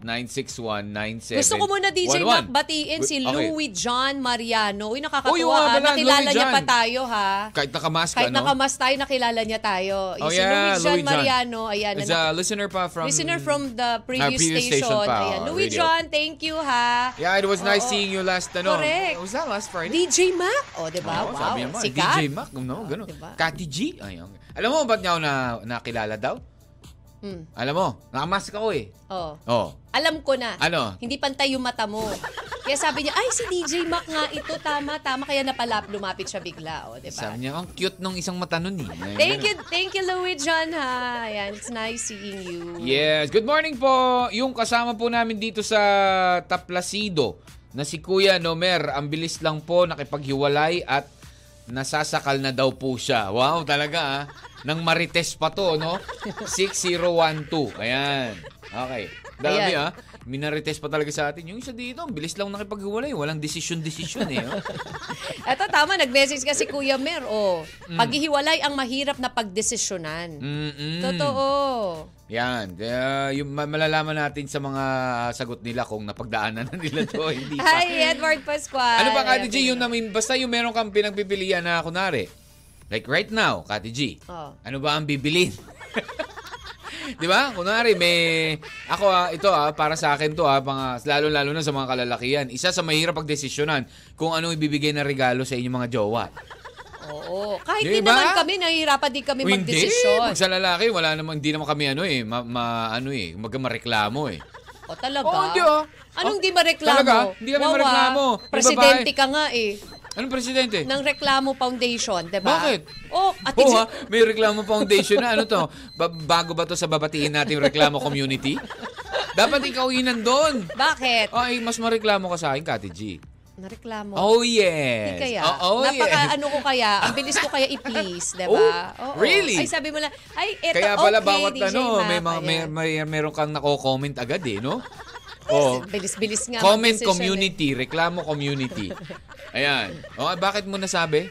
Speaker 3: 0998-961-9711.
Speaker 4: Gusto ko muna DJ Mac batiin si
Speaker 3: Okay.
Speaker 4: Louis John Mariano. Uy,
Speaker 3: Uy, oo nga
Speaker 4: nakakatuwa ha.
Speaker 3: pala,
Speaker 4: Nakilala
Speaker 3: Louis
Speaker 4: niya
Speaker 3: John.
Speaker 4: pa tayo ha.
Speaker 3: Kahit nakamask,
Speaker 4: Kahit
Speaker 3: ano?
Speaker 4: nakamas tayo, nakilala niya tayo.
Speaker 3: Oh,
Speaker 4: si
Speaker 3: yeah,
Speaker 4: Louis John
Speaker 3: Louis John.
Speaker 4: Mariano, ayan.
Speaker 3: It's
Speaker 4: na-
Speaker 3: a listener pa from... Ah,
Speaker 4: listener from the previous,
Speaker 3: previous station
Speaker 4: station.
Speaker 3: pa,
Speaker 4: ayan.
Speaker 3: oh,
Speaker 4: Louis
Speaker 3: radio.
Speaker 4: John, thank you ha.
Speaker 3: Yeah, it was nice
Speaker 4: Oo.
Speaker 3: seeing you last ano.
Speaker 4: Correct.
Speaker 3: Was that last Friday?
Speaker 4: DJ Mac. O, oh, di ba?
Speaker 3: Oo,
Speaker 4: wow.
Speaker 3: sabi naman,
Speaker 4: Sikat.
Speaker 3: DJ Mac, um, no, ganun.
Speaker 4: diba?
Speaker 3: Kati G. Ay, ang- alam mo ba't niya ako na, nakilala daw?
Speaker 4: Mm.
Speaker 3: Alam mo, nakamask ako eh.
Speaker 4: Oh.
Speaker 3: Oh.
Speaker 4: Alam ko na.
Speaker 3: Ano?
Speaker 4: Hindi pantay yung mata mo. Kaya sabi niya, ay, si DJ Mac nga ito. Tama, tama. Kaya napalap, lumapit siya bigla. Oh, diba? O, di ba?
Speaker 3: Sabi niya, ang cute nung isang mata nun eh. Ay,
Speaker 4: Thank
Speaker 3: ganun.
Speaker 4: you, thank you, Louis John, ha. Ayan, it's nice seeing you.
Speaker 3: Yes, good morning po. Yung kasama po namin dito sa Taplasido na si Kuya Nomer, ang bilis lang po nakipaghiwalay at nasasakal na daw po siya. Wow, talaga ah. Nang marites pa to, no? 6012. Ayan. Okay. Dami ah.
Speaker 4: Ayan.
Speaker 3: Minarites pa talaga sa atin. Yung isa dito, ang bilis lang nakipaghiwalay. Walang desisyon-desisyon eh. oh.
Speaker 4: Eto, tama, nag-message kasi Kuya Mer, o.
Speaker 3: Mm.
Speaker 4: Paghihiwalay ang mahirap na pagdesisyonan.
Speaker 3: Mm-mm.
Speaker 4: Totoo.
Speaker 3: Yan. Kaya yung ma- malalaman natin sa mga sagot nila kung napagdaanan na nila to. o Hindi pa.
Speaker 4: Hi, Edward Pascual.
Speaker 3: Ano ba, Kati
Speaker 4: Ayan,
Speaker 3: G, yun
Speaker 4: tingnan.
Speaker 3: namin, basta yung meron kang pinagpipilian na, kunwari, like right now, Kati G,
Speaker 4: Oo.
Speaker 3: ano ba ang bibilin? Di ba? Kunwari, may... Ako ah, ito ah, para sa akin to ah, mga, lalo-lalo na sa mga kalalakihan. Isa sa mahirap pagdesisyonan kung anong ibibigay na regalo sa inyong mga jowa.
Speaker 4: Oo. Kahit
Speaker 3: Di
Speaker 4: di,
Speaker 3: ba?
Speaker 4: naman kami, nahihirapan din kami
Speaker 3: O Hindi,
Speaker 4: magdesisyon.
Speaker 3: pag sa lalaki, wala naman, hindi naman kami ano eh, ma, ma- ano eh, kumbaga mareklamo eh.
Speaker 4: O talaga?
Speaker 3: Oo, hindi, oh.
Speaker 4: Anong
Speaker 3: Oh,
Speaker 4: di mareklamo?
Speaker 3: talaga? Hindi kami
Speaker 4: Wawa.
Speaker 3: mareklamo. May
Speaker 4: Presidente
Speaker 3: babae.
Speaker 4: ka nga eh.
Speaker 3: Anong presidente?
Speaker 4: Ng Reklamo Foundation, di ba?
Speaker 3: Bakit?
Speaker 4: Oh, at
Speaker 3: Oo, ah, ha? may reklamo foundation na ano to. Ba- bago ba to sa babatiin natin reklamo community? Dapat ikaw yun nandun. Oh,
Speaker 4: Bakit?
Speaker 3: Ay, mas mareklamo ka sa akin, Kati G.
Speaker 4: Nareklamo.
Speaker 3: Oh, yes.
Speaker 4: Hindi kaya.
Speaker 3: Oh, oh,
Speaker 4: Napaka
Speaker 3: yes.
Speaker 4: ano ko kaya. Ang bilis ko kaya i-please, diba?
Speaker 3: Oh,
Speaker 4: Oo.
Speaker 3: really?
Speaker 4: Ay, sabi mo lang, ay, eto,
Speaker 3: Kaya pala
Speaker 4: okay,
Speaker 3: bawat
Speaker 4: DJ
Speaker 3: ano, may,
Speaker 4: Mac,
Speaker 3: mga, may,
Speaker 4: ayan.
Speaker 3: may, meron kang nako-comment agad eh, no? Oh.
Speaker 4: Bilis-bilis nga. eh.
Speaker 3: Comment
Speaker 4: mag-decision
Speaker 3: community, reklamo community. Ayan. O, ah, bakit mo nasabi?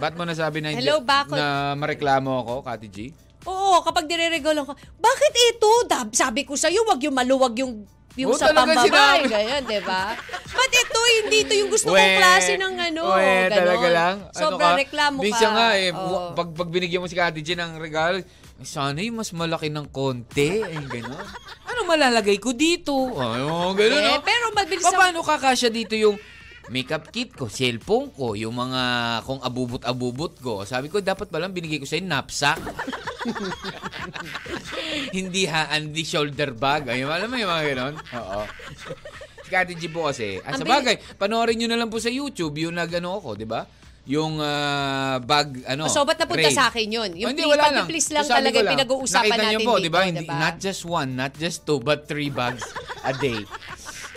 Speaker 3: Ba't mo nasabi na, hindi-
Speaker 4: Hello, bakit?
Speaker 3: na mareklamo ako, Kati G?
Speaker 4: eh. Oo, kapag nire-regol ako, bakit ito? Dab- Sabi ko sa'yo, wag yung maluwag yung yung
Speaker 3: Oo,
Speaker 4: sa
Speaker 3: talaga
Speaker 4: pambabae,
Speaker 3: sinabi.
Speaker 4: ganyan, di ba? Ba't ito, hindi ito yung gusto
Speaker 3: Weh,
Speaker 4: kong klase ng ano,
Speaker 3: weh,
Speaker 4: ganon.
Speaker 3: talaga lang. Ano
Speaker 4: Sobrang reklamo ka.
Speaker 3: Minsan nga eh,
Speaker 4: Oo.
Speaker 3: wa- pag, pag binigyan mo si Kati G ng regalo, sana yung mas malaki ng konti. Ay, gano'n. Ano malalagay ko dito? Ay, oh, gano'n.
Speaker 4: Eh,
Speaker 3: oh.
Speaker 4: pero mabilis
Speaker 3: Pa-
Speaker 4: ako.
Speaker 3: Paano kakasya dito yung makeup kit ko, cellphone ko, yung mga kung abubot-abubot ko. Sabi ko, dapat palang binigay ko sa'yo knapsack. hindi ha, hindi shoulder bag. Ayun, alam mo yung mga ganun? Oo. Si Kati G po kasi, ah,
Speaker 4: Ang
Speaker 3: sa
Speaker 4: bilis-
Speaker 3: bagay, panoorin nyo na lang po sa YouTube yung nagano ako, di ba? Yung ah, bag, ano,
Speaker 4: So, ba't napunta
Speaker 3: raid.
Speaker 4: sa akin yun?
Speaker 3: Oh,
Speaker 4: Yung
Speaker 3: hindi,
Speaker 4: please-
Speaker 3: wala lang.
Speaker 4: pag-please lang
Speaker 3: So, sabi
Speaker 4: talaga
Speaker 3: ko
Speaker 4: yung pinag-uusapan
Speaker 3: Nakita niyo
Speaker 4: natin
Speaker 3: po,
Speaker 4: dito,
Speaker 3: di ba? Hindi-
Speaker 4: diba?
Speaker 3: Not just one, not just two, but three bags a day.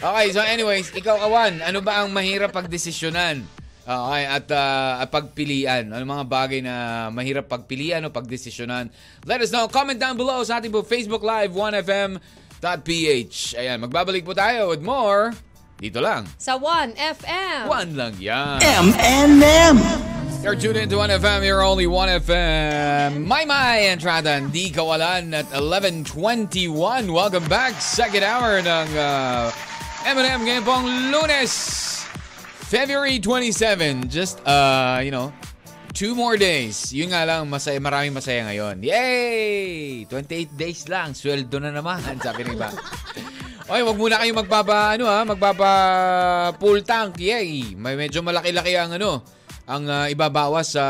Speaker 3: Okay, so anyways, ikaw, Awan, ano ba ang mahirap pagdesisyonan? Ah, Okay, at ah, pagpilian. Ano mga bagay na mahirap pagpilian o pagdesisyonan? Let us know. Comment down below sa ating po Facebook Live 1FM.ph. Ayan, magbabalik po tayo with more. Dito lang.
Speaker 4: Sa 1FM.
Speaker 3: One lang yan.
Speaker 1: M&M.
Speaker 3: You're tuned into 1FM, you're only 1FM. My my entrada, hindi kawalan at 11.21. Welcome back, second hour ng uh, M&M ngayon pong lunes, February 27. Just, uh, you know, two more days. Yun nga lang, masaya, maraming masaya ngayon. Yay! 28 days lang, sweldo na naman, sabi ng iba. Oy, wag muna kayo magpapa ano ha, magpapa full tank. Yay. May medyo malaki-laki ang ano, ang ah, ibabawas sa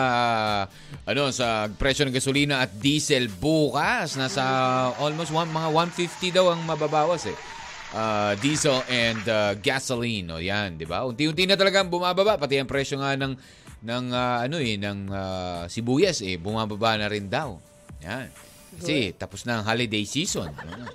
Speaker 3: ano sa presyo ng gasolina at diesel bukas nasa almost one, mga 150 daw ang mababawas eh. Ah, diesel and ah, gasoline o yan, 'di ba? Unti-unti na talaga bumababa pati ang presyo nga ng ng ah, ano eh ng ah, sibuyas eh bumababa na rin daw. Yan. Kasi tapos na ang holiday season. Ano?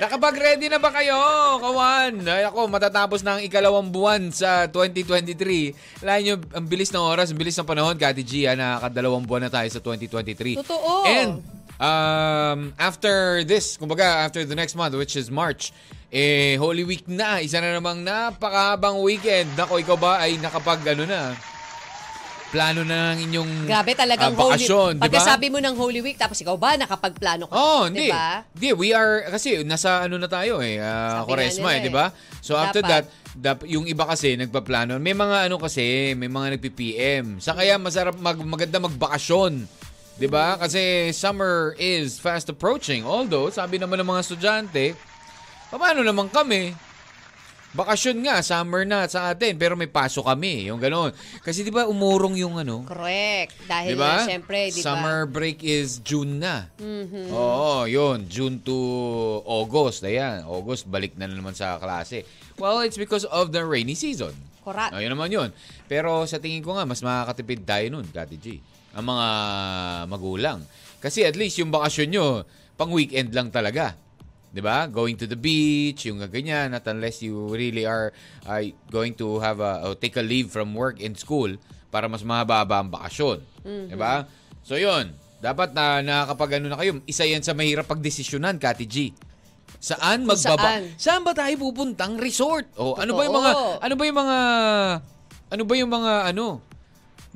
Speaker 3: Nakapag-ready na ba kayo, kawan? Ay ako, matatapos na ang ikalawang buwan sa 2023. Lahat nyo, ang bilis ng oras, ang bilis ng panahon, Kati G, ha, nakakadalawang buwan na tayo sa 2023.
Speaker 4: Totoo.
Speaker 3: And, um, after this, kumbaga, after the next month, which is March, eh, Holy Week na. Isa na namang napakahabang weekend. Nako, ikaw ba ay nakapag, ano na, plano na ng inyong
Speaker 4: Grabe
Speaker 3: ah,
Speaker 4: talagang
Speaker 3: bakasyon,
Speaker 4: Holy
Speaker 3: di ba?
Speaker 4: Pagkasabi mo ng Holy Week, tapos ikaw ba nakapagplano ka?
Speaker 3: Oh, hindi.
Speaker 4: Diba?
Speaker 3: Hindi, we are, kasi nasa ano na tayo eh, uh,
Speaker 4: Sabi nga
Speaker 3: Koresma
Speaker 4: nila
Speaker 3: eh,
Speaker 4: eh.
Speaker 3: di ba? So after that,
Speaker 4: Dapat.
Speaker 3: dap, yung iba kasi nagpaplano. May mga ano kasi, may mga nagpi-PM. Sa kaya masarap, mag, maganda magbakasyon. Di ba? Kasi summer is fast approaching. Although, sabi naman ng mga estudyante, paano naman kami? Bakasyon nga, summer na sa atin, pero may pasok kami, yung gano'n. Kasi di ba umurong yung ano,
Speaker 4: Correct. Dahil
Speaker 3: Diba?
Speaker 4: nga, syempre, di ba? Mm-hmm.
Speaker 3: Summer ano break is June na. Oo, yun. June to August. Ayan, August, balik na naman sa klase. Well, it's because of the rainy season.
Speaker 4: Correct.
Speaker 3: Ayun naman yun. Pero sa tingin ko nga, mas makakatipid tayo nun, Kati G. Ang mga magulang. Kasi at least yung bakasyon nyo, pang weekend lang talaga. 'Di ba? Going to the beach, yung ganyan. At unless you really are ay, going to have a, or take a leave from work and school para mas mahaba-haba ang bakasyon. 'Di ba? So yun, dapat na nakakapag ano na kayo. Isa yan sa mahirap pagdesisyonan, Kati G. Saan magbaba?
Speaker 4: saan?
Speaker 3: Saan ba tayo pupuntang resort? O ano ba yung mga
Speaker 4: Totoo.
Speaker 3: ano ba yung mga ano ba yung mga ano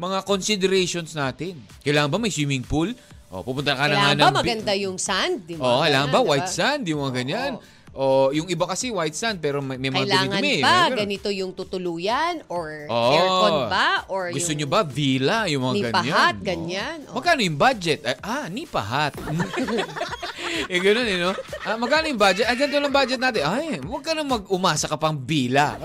Speaker 3: mga considerations natin? Kailangan ba may swimming pool? O pupunta ka na nga
Speaker 4: Kailangan
Speaker 3: ng
Speaker 4: ba
Speaker 3: bi-
Speaker 4: maganda yung sand? Di ba?
Speaker 3: Oo, kailangan ba
Speaker 4: Ganun,
Speaker 3: white
Speaker 4: diba?
Speaker 3: sand, yung mga ganyan? O yung iba kasi white sand pero may, may mga
Speaker 4: Kailangan
Speaker 3: dumi-dumi.
Speaker 4: ba
Speaker 3: Ganun.
Speaker 4: ganito yung tutuluyan? Or
Speaker 3: Oo.
Speaker 4: aircon ba? Or
Speaker 3: Oh. Gusto
Speaker 4: yung...
Speaker 3: nyo ba villa, yung mga ganyan?
Speaker 4: Nipahat,
Speaker 3: Oo.
Speaker 4: ganyan. oh. Oo.
Speaker 3: Magkano yung budget? Ay, ah, nipahat. eh, ganun eh, no? Ah, magkano yung budget? Ay, ganito lang budget natin. Ay, huwag ka nang mag-umasa ka pang bila.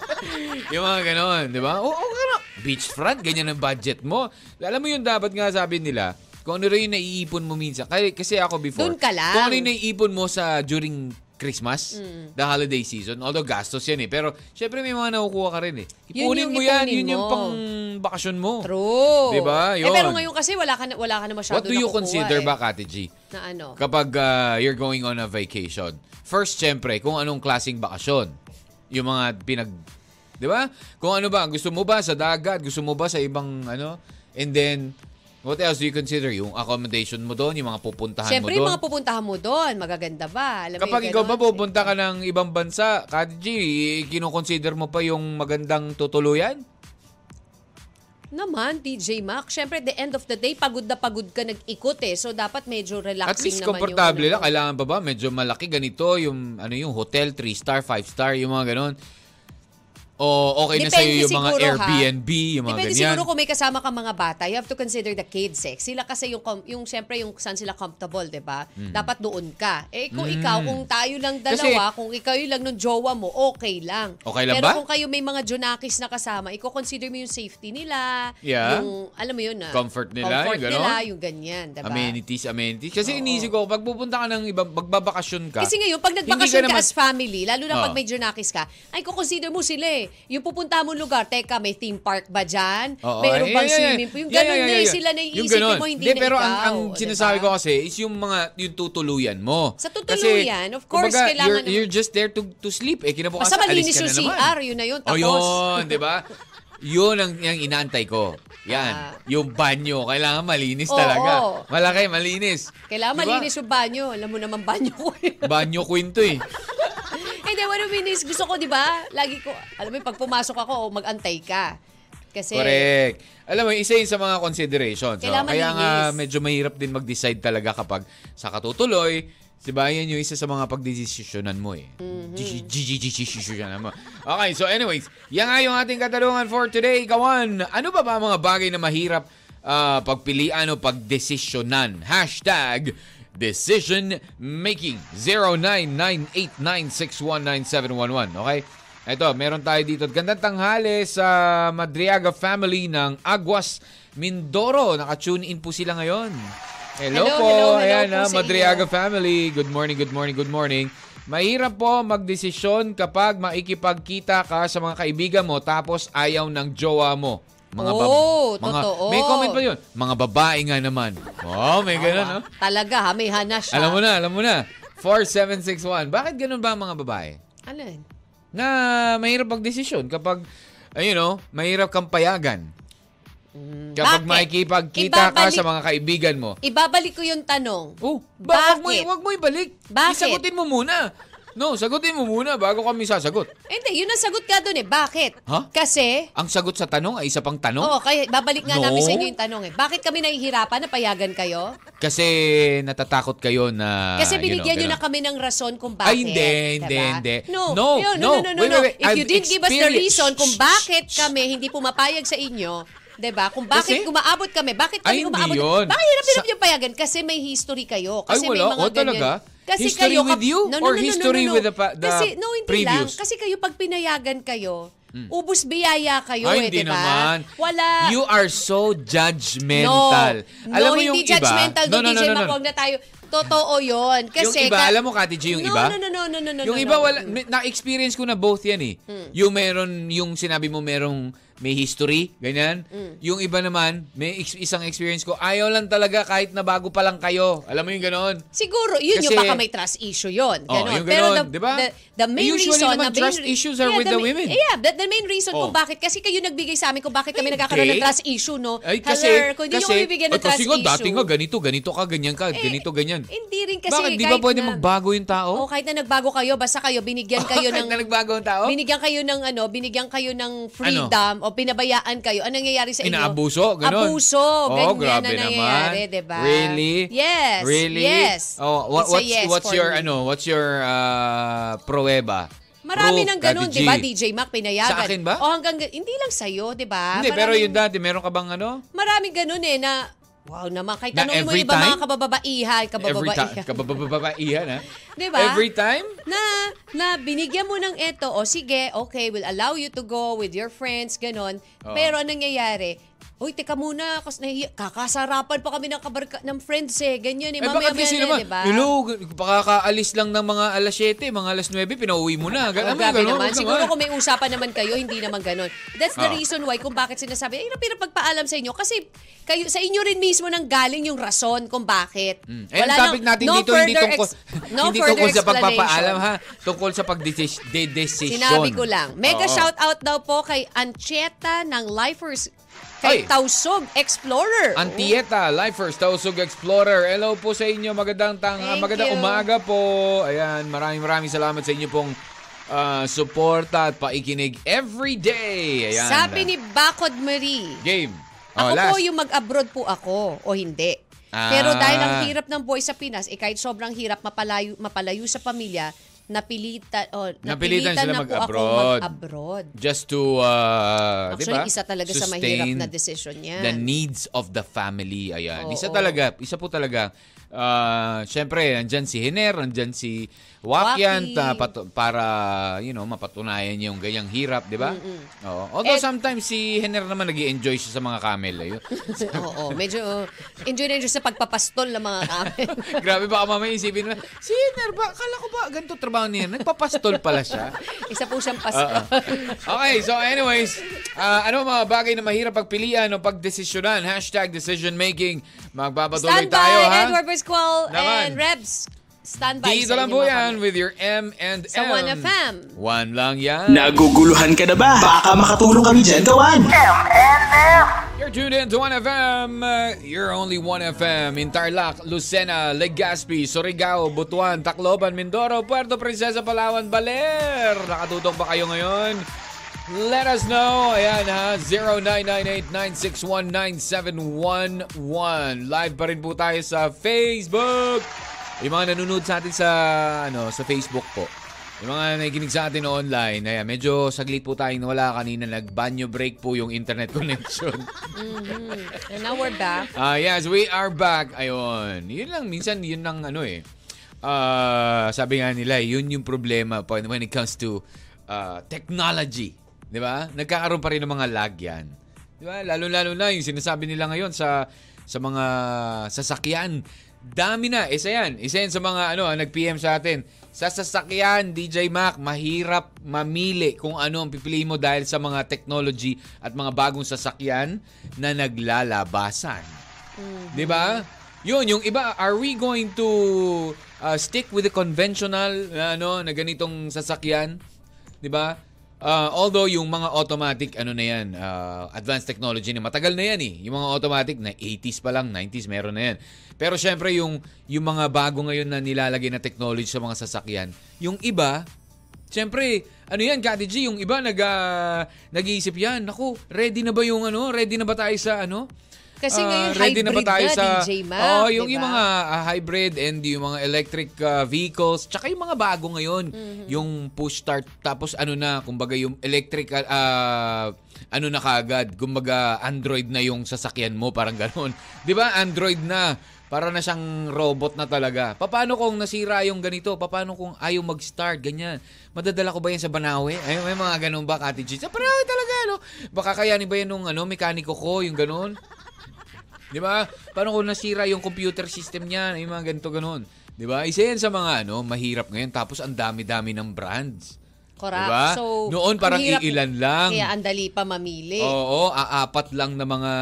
Speaker 3: yung mga ganun, di ba? Oo, oo, ganun. Beachfront, ganyan ang budget mo. Alam mo yun, dapat nga sabi nila, kung ano rin yung naiipon mo minsan. Kasi, kasi ako before,
Speaker 4: Doon ka lang. Mm.
Speaker 3: kung ano yung naiipon mo sa during Christmas, the holiday season. Although gastos yan eh. Pero syempre may mga nakukuha ka rin eh.
Speaker 4: Yun
Speaker 3: Ipunin
Speaker 4: yung
Speaker 3: mo yan.
Speaker 4: ipunin
Speaker 3: Yun yung
Speaker 4: mo.
Speaker 3: pang bakasyon mo.
Speaker 4: True.
Speaker 3: Diba?
Speaker 4: Eh, pero
Speaker 3: Yun.
Speaker 4: ngayon kasi wala ka na, wala ka na masyado
Speaker 3: What do you
Speaker 4: nakukuha
Speaker 3: consider
Speaker 4: eh,
Speaker 3: ba, Kati G?
Speaker 4: Na ano?
Speaker 3: Kapag ah, you're going on a vacation. First, syempre, kung anong klaseng bakasyon. Yung mga pinag... Di ba? Kung ano ba, gusto mo ba sa dagat? Gusto mo ba sa ibang ano? And then, what else do you consider? Yung accommodation mo doon, yung mga pupuntahan
Speaker 4: Siyempre,
Speaker 3: mo
Speaker 4: yung
Speaker 3: doon.
Speaker 4: mga pupuntahan mo doon, magaganda ba? Alam mo
Speaker 3: Kapag
Speaker 4: yung
Speaker 3: ikaw ba
Speaker 4: ganon?
Speaker 3: pupunta ka ng ibang bansa, Kati G, kinukonsider mo pa yung magandang tutuluyan?
Speaker 4: Naman, DJ Mac. Siyempre, the end of the day, pagod na pagod ka nag-ikot eh. So, dapat medyo relaxing
Speaker 3: At least
Speaker 4: naman yung
Speaker 3: komportable
Speaker 4: ano
Speaker 3: lang.
Speaker 4: mo.
Speaker 3: Kailangan pa ba? Medyo malaki ganito. Yung, ano yung hotel, 3 star, 5 star, yung mga ganon. O okay na
Speaker 4: Depende
Speaker 3: sa'yo yung mga
Speaker 4: siguro, ha?
Speaker 3: Airbnb, yung mga
Speaker 4: Depende
Speaker 3: ganyan.
Speaker 4: siguro kung may kasama ka mga bata, you have to consider the kids eh. Sila kasi yung, com- yung siyempre yung saan sila comfortable, di ba?
Speaker 3: Mm.
Speaker 4: Dapat doon ka. Eh kung ikaw, kung tayo lang dalawa, kung ikaw yung lang nung jowa mo, okay lang.
Speaker 3: Okay lang
Speaker 4: Pero
Speaker 3: ba?
Speaker 4: kung kayo may mga junakis na kasama, i-consider mo yung safety nila,
Speaker 3: Yeah.
Speaker 4: yung, alam mo yun na,
Speaker 3: Comfort nila,
Speaker 4: comfort
Speaker 3: yung
Speaker 4: nila,
Speaker 3: ganon.
Speaker 4: yung ganyan, di ba?
Speaker 3: amenities, amenities. Kasi
Speaker 4: diba? Oo.
Speaker 3: iniisip ko, pag pupunta ka ng ibang, magbabakasyon ka.
Speaker 4: Kasi ngayon, pag
Speaker 3: hindi
Speaker 4: nagbakasyon ka,
Speaker 3: naman- Oh.
Speaker 4: as family, lalo na pag
Speaker 3: Oo.
Speaker 4: may junakis ka, ay kukonsider mo sila eh. Yung pupunta mo lugar, teka, may theme park ba dyan?
Speaker 3: Oo,
Speaker 4: Meron
Speaker 3: ay,
Speaker 4: bang
Speaker 3: ay, ay,
Speaker 4: swimming pool? Yung
Speaker 3: yeah,
Speaker 4: ganun
Speaker 3: yeah,
Speaker 4: na
Speaker 3: yeah,
Speaker 4: eh,
Speaker 3: yeah.
Speaker 4: sila na
Speaker 3: Yung
Speaker 4: iisipin
Speaker 3: ganun.
Speaker 4: mo, hindi na
Speaker 3: pero ang,
Speaker 4: ikaw,
Speaker 3: ang
Speaker 4: o, diba? di
Speaker 3: sinasabi
Speaker 4: ba?
Speaker 3: ko kasi is yung mga, yung tutuluyan mo.
Speaker 4: Sa tutuluyan, of course,
Speaker 3: kumbaga,
Speaker 4: kailangan
Speaker 3: you're,
Speaker 4: naman-
Speaker 3: you're just there to, to sleep. Eh, kinabukasan,
Speaker 4: Basta
Speaker 3: alis
Speaker 4: malinis
Speaker 3: ka
Speaker 4: yung
Speaker 3: na naman.
Speaker 4: CR, yun na yun,
Speaker 3: O
Speaker 4: tapos.
Speaker 3: yun, di ba? Yun ang, ang inaantay ko.
Speaker 4: Ah.
Speaker 3: Yan. Yung banyo. Kailangan malinis
Speaker 4: Oo.
Speaker 3: talaga. Malaki, malinis. Di
Speaker 4: Kailangan
Speaker 3: ba?
Speaker 4: malinis yung banyo. Alam mo naman, banyo ko yun.
Speaker 3: Banyo kwento eh.
Speaker 4: Hindi, what do you mean is, gusto ko, di ba? Lagi ko, alam mo, yun, pag pumasok ako, mag-antay ka. Kasi,
Speaker 3: Correct. Alam mo, isa yun sa mga considerations. no?
Speaker 4: Kailangan
Speaker 3: Kaya nga
Speaker 4: malinis.
Speaker 3: medyo mahirap din mag-decide talaga kapag sa katutuloy, di ba, yan yung isa sa mga pagdesisyonan mo eh. Gigi-gigi-desisyonan mo. Okay, so anyways, yan nga yung ating katanungan for today. Kawan, ano ba ba mga bagay na mahirap ah, pagpilian o pagdesisyonan? Hashtag Decision Making 099896197111. Okay? Ito, meron tayo dito. Gandang tanghali sa Madriaga family ng Aguas, Mindoro. Naka-tune in po sila ngayon. Hello,
Speaker 4: Hello,
Speaker 3: po.
Speaker 4: hello, hello
Speaker 3: Ayan
Speaker 4: po
Speaker 3: ah,
Speaker 4: sa
Speaker 3: Madriaga
Speaker 4: inyo.
Speaker 3: family. Good morning, good morning, good morning. Mahirap po magdesisyon kapag maikipagkita ka sa mga kaibigan mo tapos ayaw ng jowa mo. Mga bab-
Speaker 4: Oh,
Speaker 3: mga,
Speaker 4: totoo.
Speaker 3: May comment pa yun. Mga babae nga naman. Oh, may ganun, no?
Speaker 4: talaga ha, may hanas siya.
Speaker 3: Alam mo na, alam mo na. 4761. Bakit ganun ba ang mga babae?
Speaker 4: Alin?
Speaker 3: na mahirap magdesisyon kapag uh, you know, mahirap kang payagan. Kapag
Speaker 4: Bakit?
Speaker 3: makikipagkita ka
Speaker 4: Ibabalik-
Speaker 3: sa mga kaibigan mo.
Speaker 4: Ibabalik ko yung tanong.
Speaker 3: Oh, bakit? Wag mo,
Speaker 4: Bakit?
Speaker 3: wag mo ibalik.
Speaker 4: Bakit?
Speaker 3: Isagutin mo muna. No, sagutin mo muna bago kami sasagot.
Speaker 4: Hindi, yun ang sagot ka doon eh. Bakit?
Speaker 3: Ha?
Speaker 4: Kasi,
Speaker 3: Ang sagot sa tanong ay isa pang tanong
Speaker 4: Oo, kaya babalik nga namin
Speaker 3: No.
Speaker 4: sa inyo yung tanong eh. Bakit kami nahihirapan na payagan kayo?
Speaker 3: kasi natatakot kayo na
Speaker 4: Kasi binigyan
Speaker 3: Ah, you
Speaker 4: nyo
Speaker 3: know,
Speaker 4: na kami ng rason kung bakit.
Speaker 3: Ay, hindi, hindi,
Speaker 4: diba?
Speaker 3: hindi.
Speaker 4: No,
Speaker 3: No,
Speaker 4: yun,
Speaker 3: no,
Speaker 4: no, no, no,
Speaker 3: wait,
Speaker 4: no.
Speaker 3: wait, wait.
Speaker 4: If you
Speaker 3: I've
Speaker 4: didn't give us the
Speaker 3: experienced-
Speaker 4: reason kung
Speaker 3: Shh,
Speaker 4: bakit
Speaker 3: shh,
Speaker 4: kami hindi pumapayag sa inyo, 'di ba? Kung bakit
Speaker 3: Kasi-
Speaker 4: umaabot kami, bakit
Speaker 3: Ay, hindi
Speaker 4: kami umaabot?
Speaker 3: yun.
Speaker 4: Bakit hirap-hirap
Speaker 3: Sa-
Speaker 4: yung payagan? Kasi may history kayo. Kasi
Speaker 3: Ay, wala.
Speaker 4: may mga
Speaker 3: O, talaga?
Speaker 4: ganyan. Kasi
Speaker 3: History
Speaker 4: kayo, kap-
Speaker 3: with you?
Speaker 4: no, no,
Speaker 3: Or
Speaker 4: no, no, no,
Speaker 3: history
Speaker 4: no, no.
Speaker 3: with the pa- the
Speaker 4: Kasi, no, hindi lang.
Speaker 3: previous? Hmm.
Speaker 4: Kasi kayo, pag pinayagan kayo, ubus biyaya kayo
Speaker 3: Ay,
Speaker 4: eh,
Speaker 3: hindi
Speaker 4: diba?
Speaker 3: naman.
Speaker 4: Wala.
Speaker 3: You are so judgmental.
Speaker 4: No,
Speaker 3: alam
Speaker 4: no,
Speaker 3: mo yung
Speaker 4: hindi
Speaker 3: iba?
Speaker 4: judgmental
Speaker 3: no,
Speaker 4: doon,
Speaker 3: no, no,
Speaker 4: DJ
Speaker 3: no, no.
Speaker 4: Mac, wag na tayo. Totoo yun. Kasi
Speaker 3: yung iba,
Speaker 4: ka-
Speaker 3: alam mo, Kati G, yung
Speaker 4: no,
Speaker 3: iba?
Speaker 4: No, no, no, no, no, no,
Speaker 3: yung
Speaker 4: no, Mm.
Speaker 3: iba,
Speaker 4: no. Hmm.
Speaker 3: wala, may- na-experience ko na both yan eh. Yung meron, yung sinabi mo merong may history, ganyan.
Speaker 4: Hmm.
Speaker 3: Yung iba naman, may ex- isang experience ko, ayaw lang talaga kahit na bago pa lang kayo. Alam mo yung ganon?
Speaker 4: Siguro, yun
Speaker 3: Kasi-
Speaker 4: yung baka may trust issue yun.
Speaker 3: Oh,
Speaker 4: Ganon.
Speaker 3: yung
Speaker 4: Pero
Speaker 3: ganon,
Speaker 4: the,
Speaker 3: di ba?
Speaker 4: the, the main
Speaker 3: Usually
Speaker 4: reason...
Speaker 3: naman,
Speaker 4: the main
Speaker 3: trust
Speaker 4: re-
Speaker 3: issues are with the
Speaker 4: main-
Speaker 3: women.
Speaker 4: Yeah, the, the main reason
Speaker 3: Oh.
Speaker 4: kung bakit. Kasi kayo nagbigay sa amin kung bakit
Speaker 3: Hindi.
Speaker 4: kami nagkakaroon ng trust issue, no?
Speaker 3: Ay,
Speaker 4: Haller, kung hindi nyo
Speaker 3: kasi-
Speaker 4: kami bigyan ng
Speaker 3: ay, kasi
Speaker 4: trust
Speaker 3: nga,
Speaker 4: issue.
Speaker 3: dati nga, ganito, ganito ka, ganyan ka, ganito, ganyan.
Speaker 4: Hindi rin kasi
Speaker 3: Bakit? Di ba
Speaker 4: kahit
Speaker 3: pwede
Speaker 4: na-
Speaker 3: magbago yung tao?
Speaker 4: Oh, kahit na nagbago kayo, basta kayo, binigyan kayo
Speaker 3: Kahit
Speaker 4: ng...
Speaker 3: na nagbago ang tao?
Speaker 4: Binigyan kayo ng ano, binigyan kayo
Speaker 3: Ano?
Speaker 4: ng freedom o pinabayaan kayo. Ano nangyayari sa inyo?
Speaker 3: Inaabuso, ganun.
Speaker 4: Abuso,
Speaker 3: Oh,
Speaker 4: ganyan
Speaker 3: grabe
Speaker 4: na nangyayari,
Speaker 3: naman.
Speaker 4: 'di ba?
Speaker 3: Really?
Speaker 4: Yes.
Speaker 3: Really?
Speaker 4: Yes.
Speaker 3: Oh, wha-
Speaker 4: It's a
Speaker 3: what's
Speaker 4: yes
Speaker 3: what's
Speaker 4: for
Speaker 3: your
Speaker 4: me.
Speaker 3: ano, what's your uh, prueba? Proof,
Speaker 4: Marami nang ganun,
Speaker 3: Daddy
Speaker 4: 'di ba?
Speaker 3: G?
Speaker 4: DJ Mac pinayagan.
Speaker 3: Sa akin ba?
Speaker 4: O hanggang hindi lang sa iyo, 'di ba?
Speaker 3: Hindi, pero
Speaker 4: Maraming-
Speaker 3: yun dati, meron ka bang ano?
Speaker 4: Maraming ganun eh na Wow naman, kahit
Speaker 3: Na
Speaker 4: tanongin mo
Speaker 3: every
Speaker 4: yung iba mga
Speaker 3: time? Every
Speaker 4: kabababaihan,
Speaker 3: time.
Speaker 4: kabababaihan.
Speaker 3: Kababababaihan, ha?
Speaker 4: Di ba?
Speaker 3: Every time?
Speaker 4: na na binigyan mo ng eto o sige okay we'll allow you to go with your friends ganon
Speaker 3: Oo.
Speaker 4: pero anong nangyayari Uy, teka muna, kasi nahiya- kakasarapan pa kami ng kabarka ng friends eh. Ganyan eh,
Speaker 3: Eh, bakit
Speaker 4: mamaya maya
Speaker 3: kasi
Speaker 4: na,
Speaker 3: naman,
Speaker 4: di ba?
Speaker 3: hello, baka kaalis lang ng mga alas 7, mga alas 9, pinauwi mo na.
Speaker 4: Oh,
Speaker 3: Ganun,
Speaker 4: grabe
Speaker 3: ganun,
Speaker 4: naman.
Speaker 3: ganun.
Speaker 4: Siguro kung may usapan naman kayo, hindi naman ganun. That's the
Speaker 3: Ah.
Speaker 4: reason why kung bakit sinasabi, ay, napira pagpaalam sa inyo. Kasi kayo, sa inyo rin mismo nang galing yung rason kung bakit.
Speaker 3: Mm. Eh, ang topic
Speaker 4: nang-
Speaker 3: natin dito hindi
Speaker 4: further
Speaker 3: tungkol,
Speaker 4: ex- no
Speaker 3: hindi
Speaker 4: further
Speaker 3: tungkol sa
Speaker 4: explanation.
Speaker 3: pagpapaalam ha, tungkol sa pagdesisyon.
Speaker 4: Sinabi ko lang. Mega
Speaker 3: Oo.
Speaker 4: shout out daw po kay Ancheta ng Lifers
Speaker 3: Ay.
Speaker 4: kay Tausog Explorer.
Speaker 3: Antieta, Lifers, Tausug Explorer. Hello po sa inyo. Magandang tang
Speaker 4: Thank
Speaker 3: magandang
Speaker 4: you.
Speaker 3: umaga po. Ayan, maraming maraming salamat sa inyo pong ah, suporta at paikinig every day. Ayan.
Speaker 4: Sabi ni Bakod Marie,
Speaker 3: Game.
Speaker 4: Ako
Speaker 3: Oh, last.
Speaker 4: po yung mag-abroad po ako o hindi.
Speaker 3: Ah.
Speaker 4: Pero dahil ang hirap ng buhay sa Pinas, eh kahit sobrang hirap mapalayo, mapalayo sa pamilya, napilitan, oh,
Speaker 3: Napilitan
Speaker 4: napilitan,
Speaker 3: sila
Speaker 4: na po ako
Speaker 3: mag-abroad.
Speaker 4: mag-abroad.
Speaker 3: Just to, uh, di ba?
Speaker 4: Actually, isa talaga sa mahirap
Speaker 3: Sustain
Speaker 4: na desisyon yan.
Speaker 3: The needs of the family. Ayan.
Speaker 4: Oo.
Speaker 3: Isa talaga, isa po talaga. ah, Siyempre, andyan si Hiner, andyan si Wakyan
Speaker 4: Waki.
Speaker 3: ta- pat- para, you know, mapatunayan yung ganyang hirap, di ba? Oo. Although sometimes si Hiner naman nag enjoy siya sa mga camel. eh. Ayun.
Speaker 4: Oo, medyo uh, enjoy na enjoy sa pagpapastol ng mga kamen.
Speaker 3: Grabe baka mamaya isipin na, si Hiner ba, kala ko ba ganito trabaho niya? Nagpapastol pala siya.
Speaker 4: Isa po siyang pastol.
Speaker 3: okay, so anyways, ah, ano mga bagay na mahirap pagpilian o pagdesisyonan? Hashtag decision making. Magbabatuloy
Speaker 4: Stand by,
Speaker 3: tayo ha.
Speaker 4: Edward Pascual
Speaker 3: Naman.
Speaker 4: and Rebs. Stand by.
Speaker 3: Dito
Speaker 4: sa
Speaker 3: lang
Speaker 4: inyo,
Speaker 3: po
Speaker 4: mga
Speaker 3: yan
Speaker 4: kamen.
Speaker 3: with your M and
Speaker 4: Sa
Speaker 3: M.
Speaker 4: 1FM.
Speaker 3: One lang yan.
Speaker 1: Naguguluhan ka na ba? Baka makatulong kami dyan gawan.
Speaker 3: You're tuned in to 1FM. uh, You're only 1FM in Tarlac, Lucena, Legazpi, Surigao, Butuan, Tacloban, Mindoro, Puerto Princesa, Palawan, Baler. Nakatutok ba kayo ngayon? Let us know. Ayan ha, 0998-961-9711. Live pa rin po tayo sa Facebook. Yung mga nanonood sa atin sa, ano, sa Facebook po. Yung mga nakikinig sa atin online, ayan, medyo saglit po tayong nawala kanina. Nag-banyo break po yung internet connection.
Speaker 4: And now we're back.
Speaker 3: Ah, yes, we are back. Ayun. Yun lang, minsan yun lang ano eh. Ah, sabi nga nila, yun yung problema pa when it comes to ah, technology. Di ba? Nagkakaroon pa rin ng mga lag yan. Di ba? Lalo-lalo na yung sinasabi nila ngayon sa sa mga sasakyan. Dami na. Isa yan. Isa yan sa mga ano, ah, nag-PM sa atin. Sa sasakyan, DJ Mac, mahirap mamili kung ano ang pipiliin mo dahil sa mga technology at mga bagong sasakyan na naglalabasan. Di ba? Yun, yung iba, are we going to uh, stick with the conventional na, ano, na ganitong sasakyan? Di ba? Uh, although yung mga automatic, ano na yan, uh, advanced technology na matagal na yan eh. Yung mga automatic na 80s pa lang, 90s meron na yan. Pero syempre yung, yung mga bago ngayon na nilalagay na technology sa mga sasakyan, yung iba, Siyempre, ano yan, Kati G, yung iba nag, ah, nag-iisip yan. Naku, ready na ba yung ano? Ready na ba tayo sa ano?
Speaker 4: Kasi
Speaker 3: Ah,
Speaker 4: ngayon, hybrid na, DJ Mac,
Speaker 3: Oo, yung,
Speaker 4: di
Speaker 3: yung
Speaker 4: ba?
Speaker 3: mga ah, hybrid and yung mga electric ah, vehicles. Tsaka yung mga bago ngayon. Yung push start. Tapos ano na, kumbaga yung electric, ah, ah, ano na kagad. Kumbaga Android na yung sasakyan mo. Parang ganun. Di ba? Android na. Para na siyang robot na talaga. Paano kung nasira yung ganito? Paano kung ayaw mag-start? Ganyan. Madadala ko ba yan sa Banawe? Ay, may mga ganun ba, Kati G? Sa Banawe talaga, no? Baka kayanin ba yan nung ano, mekaniko ko, yung ganun? Di ba? Paano kung nasira yung computer system niya? Yung mga ganito ganun. Di ba? Isa yan sa mga ano, mahirap ngayon. Tapos ang dami-dami ng brands.
Speaker 4: Correct.
Speaker 3: Diba?
Speaker 4: So,
Speaker 3: Noon parang
Speaker 4: ang hirap-
Speaker 3: iilan lang. Oh.
Speaker 4: Kaya ang dali pa mamili.
Speaker 3: Oo, aapat lang na mga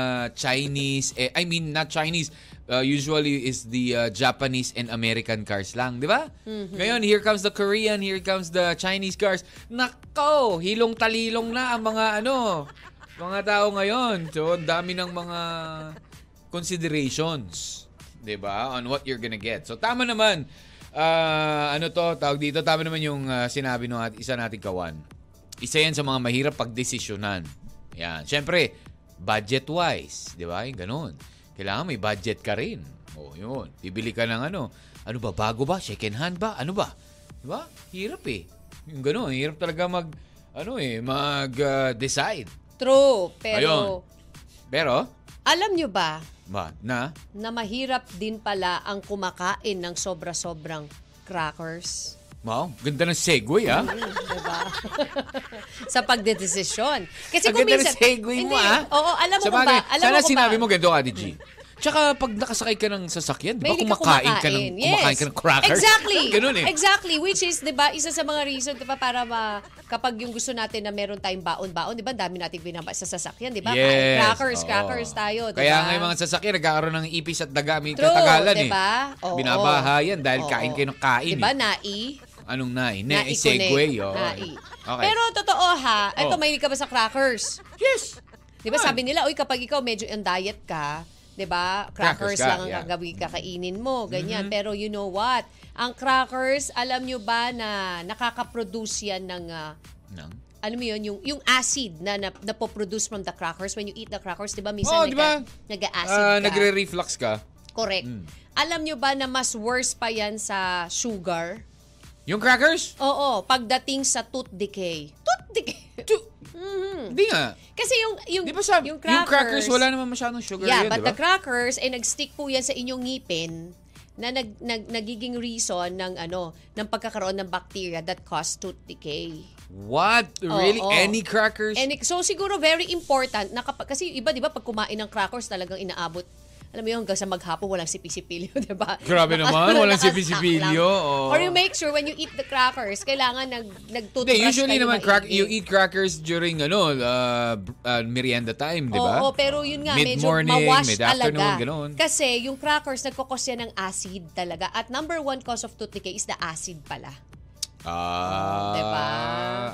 Speaker 3: Chinese. Eh, I mean, not Chinese. Uh, usually is the uh, Japanese and American cars lang, di ba? Ngayon, here comes the Korean, here comes the Chinese cars. Nako, hilong talilong na ang mga ano, mga tao ngayon. So, ang dami ng mga considerations, di ba? On what you're gonna get. So, tama naman. ah, ano to, tawag dito, tama naman yung ah, sinabi ng at isa nating kawan isa yan sa mga mahirap pagdesisyonan. Yan. Siyempre, budget-wise, di ba? Yung ganun. Kailangan may budget ka rin. O, yun. Bibili ka ng ano. Ano ba? Bago ba? Second hand ba? Ano ba? Di ba? Hirap eh. Yung ganun. Hirap talaga mag, ano eh, mag-decide.
Speaker 4: True. Pero,
Speaker 3: Pero,
Speaker 4: alam nyo ba
Speaker 3: ba, na?
Speaker 4: na mahirap din pala ang kumakain ng sobra-sobrang crackers?
Speaker 3: Wow, ganda ng segue ah.
Speaker 4: diba? sa pagdedesisyon.
Speaker 3: Ang
Speaker 4: Kasi kung
Speaker 3: ganda ng
Speaker 4: minsan-
Speaker 3: segue mo
Speaker 4: Hindi,
Speaker 3: ah.
Speaker 4: Oo, alam mo
Speaker 3: Sa
Speaker 4: kung ba?
Speaker 3: bagay,
Speaker 4: Alam
Speaker 3: sana
Speaker 4: mo kung
Speaker 3: sinabi
Speaker 4: ba-
Speaker 3: mo ganito, Adi G. Tsaka pag nakasakay ka ng sasakyan, di ba
Speaker 4: Mahilig
Speaker 3: Diba, kumakain ka, ng,
Speaker 4: kumakain. Yes.
Speaker 3: kumakain ka ng crackers?
Speaker 4: Exactly.
Speaker 3: Ganun eh.
Speaker 4: Exactly. Which is, di ba, isa sa mga reason, di ba, para ma, kapag yung gusto natin na meron tayong baon-baon, di ba, ang dami nating binaba sa sasakyan, di ba? Diba? Kain
Speaker 3: oo.
Speaker 4: Crackers, crackers tayo, di ba?
Speaker 3: Kaya nga yung mga sasakyan, nagkakaroon ng ipis at dagami
Speaker 4: True,
Speaker 3: katagalan
Speaker 4: di ba?
Speaker 3: eh.
Speaker 4: Oo.
Speaker 3: Binabahayan dahil
Speaker 4: Oo.
Speaker 3: kain kayo ng kain
Speaker 4: Di
Speaker 3: eh.
Speaker 4: ba, nai?
Speaker 3: Anong nai?
Speaker 4: Nai
Speaker 3: Nai, segue.
Speaker 4: connect.
Speaker 3: oo.
Speaker 4: Nai.
Speaker 3: Okay.
Speaker 4: Pero totoo ha, ito,
Speaker 3: Oh.
Speaker 4: mahilig ka ba sa crackers?
Speaker 3: yes.
Speaker 4: Di ba
Speaker 3: Ah.
Speaker 4: sabi nila, uy kapag ikaw medyo on diet ka, 'di ba?
Speaker 3: Crackers
Speaker 4: Crackers,
Speaker 3: ka,
Speaker 4: lang ang
Speaker 3: yeah. Mm-hmm.
Speaker 4: gagawin kakainin mo, ganyan. Pero you know what? Ang crackers, alam nyo ba na nakaka-produce yan ng ah,
Speaker 3: Nang?
Speaker 4: alam mo yun, yung, yung acid na, na napoproduce from the crackers. When you eat the crackers, di ba, minsan
Speaker 3: Oo, Oh,
Speaker 4: nagka-
Speaker 3: di ba?
Speaker 4: nag-acid
Speaker 3: Ah, mm.
Speaker 4: ka.
Speaker 3: Nagre-reflux ka.
Speaker 4: Correct. Alam nyo ba na mas worse pa yan sa sugar?
Speaker 3: Yung crackers?
Speaker 4: Oo, pagdating sa tooth decay. Tooth decay? Mm-hmm.
Speaker 3: Hindi nga.
Speaker 4: Kasi yung, yung,
Speaker 3: Di ba sabi, yung crackers, wala naman masyadong sugar
Speaker 4: yeah,
Speaker 3: yun,
Speaker 4: but
Speaker 3: di ba?
Speaker 4: the crackers ay nag-stick po yan sa inyong ngipin na nag, nag, nagiging reason ng ano ng pagkakaroon ng bacteria that cause tooth decay.
Speaker 3: What? Really?
Speaker 4: Oo.
Speaker 3: Any crackers?
Speaker 4: And it- so siguro very important na kapag, kasi yung iba 'di ba pag kumain ng crackers talagang inaabot alam mo yun, hanggang sa maghapon, walang sipisipilyo, di ba?
Speaker 3: Grabe
Speaker 4: Naka-
Speaker 3: naman, walang
Speaker 4: nakastack
Speaker 3: sipisipilyo,
Speaker 4: lang.
Speaker 3: oo.
Speaker 4: Or you make sure when you eat the crackers, kailangan nag, nag-toothbrush
Speaker 3: Hindi, usually
Speaker 4: kayo
Speaker 3: naman crack,
Speaker 4: maigi.
Speaker 3: you eat crackers during ano, uh, uh, merienda time, di ba?
Speaker 4: Oo, pero yun nga, medyo
Speaker 3: Mid-morning,
Speaker 4: mawash
Speaker 3: mid-afternoon,
Speaker 4: talaga.
Speaker 3: ganun.
Speaker 4: Kasi yung crackers, nagkukos yan ng acid talaga. At number one cause of tooth decay is the acid pala.
Speaker 3: Ah,
Speaker 4: Diba?